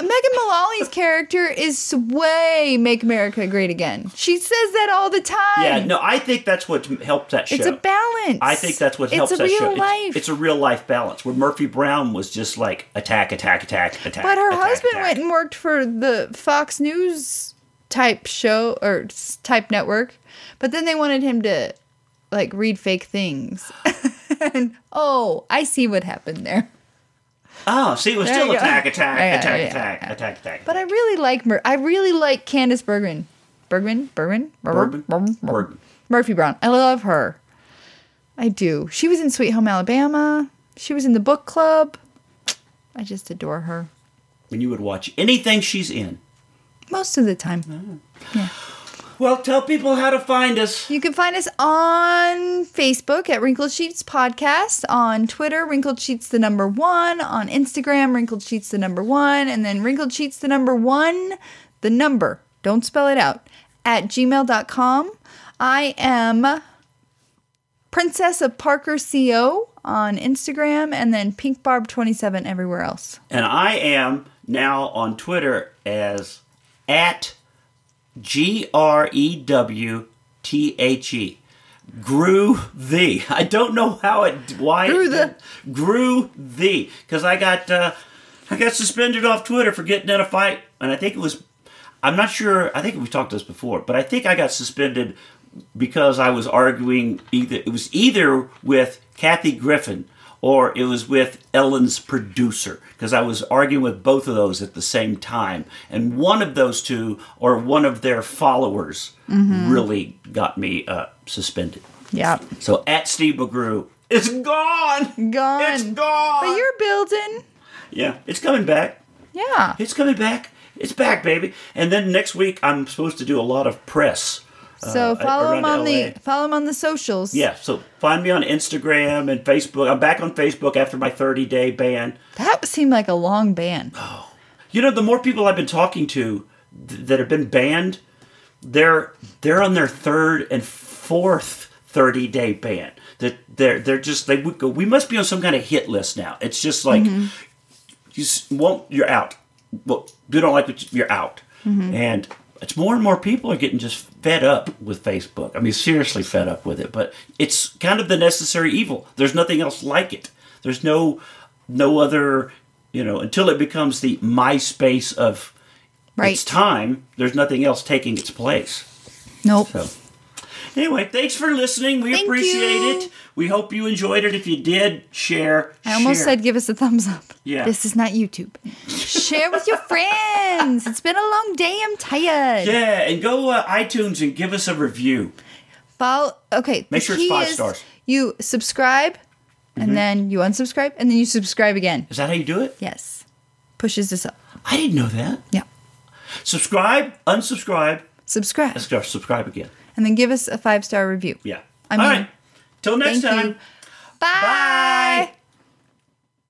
Megan
*laughs*
Mullally's character is way "Make America Great Again." She says that all the time.
yeah, no, I think that's what helped that show.
it's a balance.
I think that's what
it's
helps
a
that
real
show. It's-
Life.
It's, a real life balance where Murphy Brown was just like attack, attack, attack, attack.
But her
attack,
husband
attack.
went and worked for the Fox News type show or s- type network. But then they wanted him to like read fake things. *laughs* and oh, I see what happened there.
Oh, see, it was
There
still
you go.
attack, attack,
Yeah,
attack, attack,
yeah,
attack, attack.
But I really like Mur- I really like Candace Bergman. Bergman, Bergman,
Bourbon,
Bergman, Bergman,
bourbon.
Murphy Brown. I love her. I do. She was in Sweet Home Alabama. She was in the book club. I just adore her
And you would watch anything she's in.
most of the time.
Well, tell people how to find us.
You can find us on Facebook at Wrinkled Sheets Podcast, on Twitter, Wrinkled Sheets the number one, on Instagram, Wrinkled Sheets the number one, and then Wrinkled Sheets the number one, the number, don't spell it out, at gmail.com. I am Princess of Parker CO on Instagram, and then Pink Barb 27 everywhere else.
And I am now on Twitter as at G R E W T H E. Grew the. I don't know how it why
Grew
it
the-
did- grew the because I got uh, I got suspended off Twitter for getting in a fight, and I think it was I'm not sure. I think we've talked this before, but I think I got suspended because I was arguing either it was either with Kathy Griffin or it was with Ellen's producer because I was arguing with both of those at the same time, and one of those two or one of their followers really got me uh, suspended.
Yeah.
So at Steve McGrew, it's gone.
Gone.
It's gone.
But you're building.
yeah, it's coming back.
Yeah.
It's coming back. It's back, baby. And then next week, I'm supposed to do a lot of press.
So
uh, I-
follow
around
him on
LA.
the follow him on the socials.
Yeah, so find me on Instagram and Facebook. I'm back on Facebook after my 30 day ban.
That seemed like a
*gasps*
long ban.
You know, the more people I've been talking to th- that have been banned, they're they're on their third and fourth 30 day ban. That they're they're just they would go. We must be on some kind of hit list now. It's just like
Mm-hmm.
you s- won't you're out. Well, you don't like what you- you're out,
Mm-hmm.
and it's more and more people are getting just fed up with Facebook. I mean, seriously fed up with it. But it's kind of the necessary evil. There's nothing else like it. There's no no other you know until it becomes the MySpace of
Right.
its time. There's nothing else taking its place.
Nope.
So, anyway, thanks for listening. We
Thank
appreciate
you.
it. We hope you enjoyed it. If you did, share.
I almost
share.
said give us a thumbs up.
Yeah.
This is not YouTube. Share with your friends. It's been a long day. I'm tired.
Yeah, and go uh, iTunes and give us a review.
Follow. Okay.
Make
the
sure it's
key
five
is
stars. Mm-hmm.
You subscribe, and then you unsubscribe, and then you subscribe again.
Is that how you do it?
Yes. Pushes us up.
I didn't know that.
Yeah.
Subscribe, unsubscribe,
Subscribe,
let's go subscribe again.
and then give us a five star review.
Yeah.
I mean,
All right. Till next
Thank
time.
you. Bye.
Bye.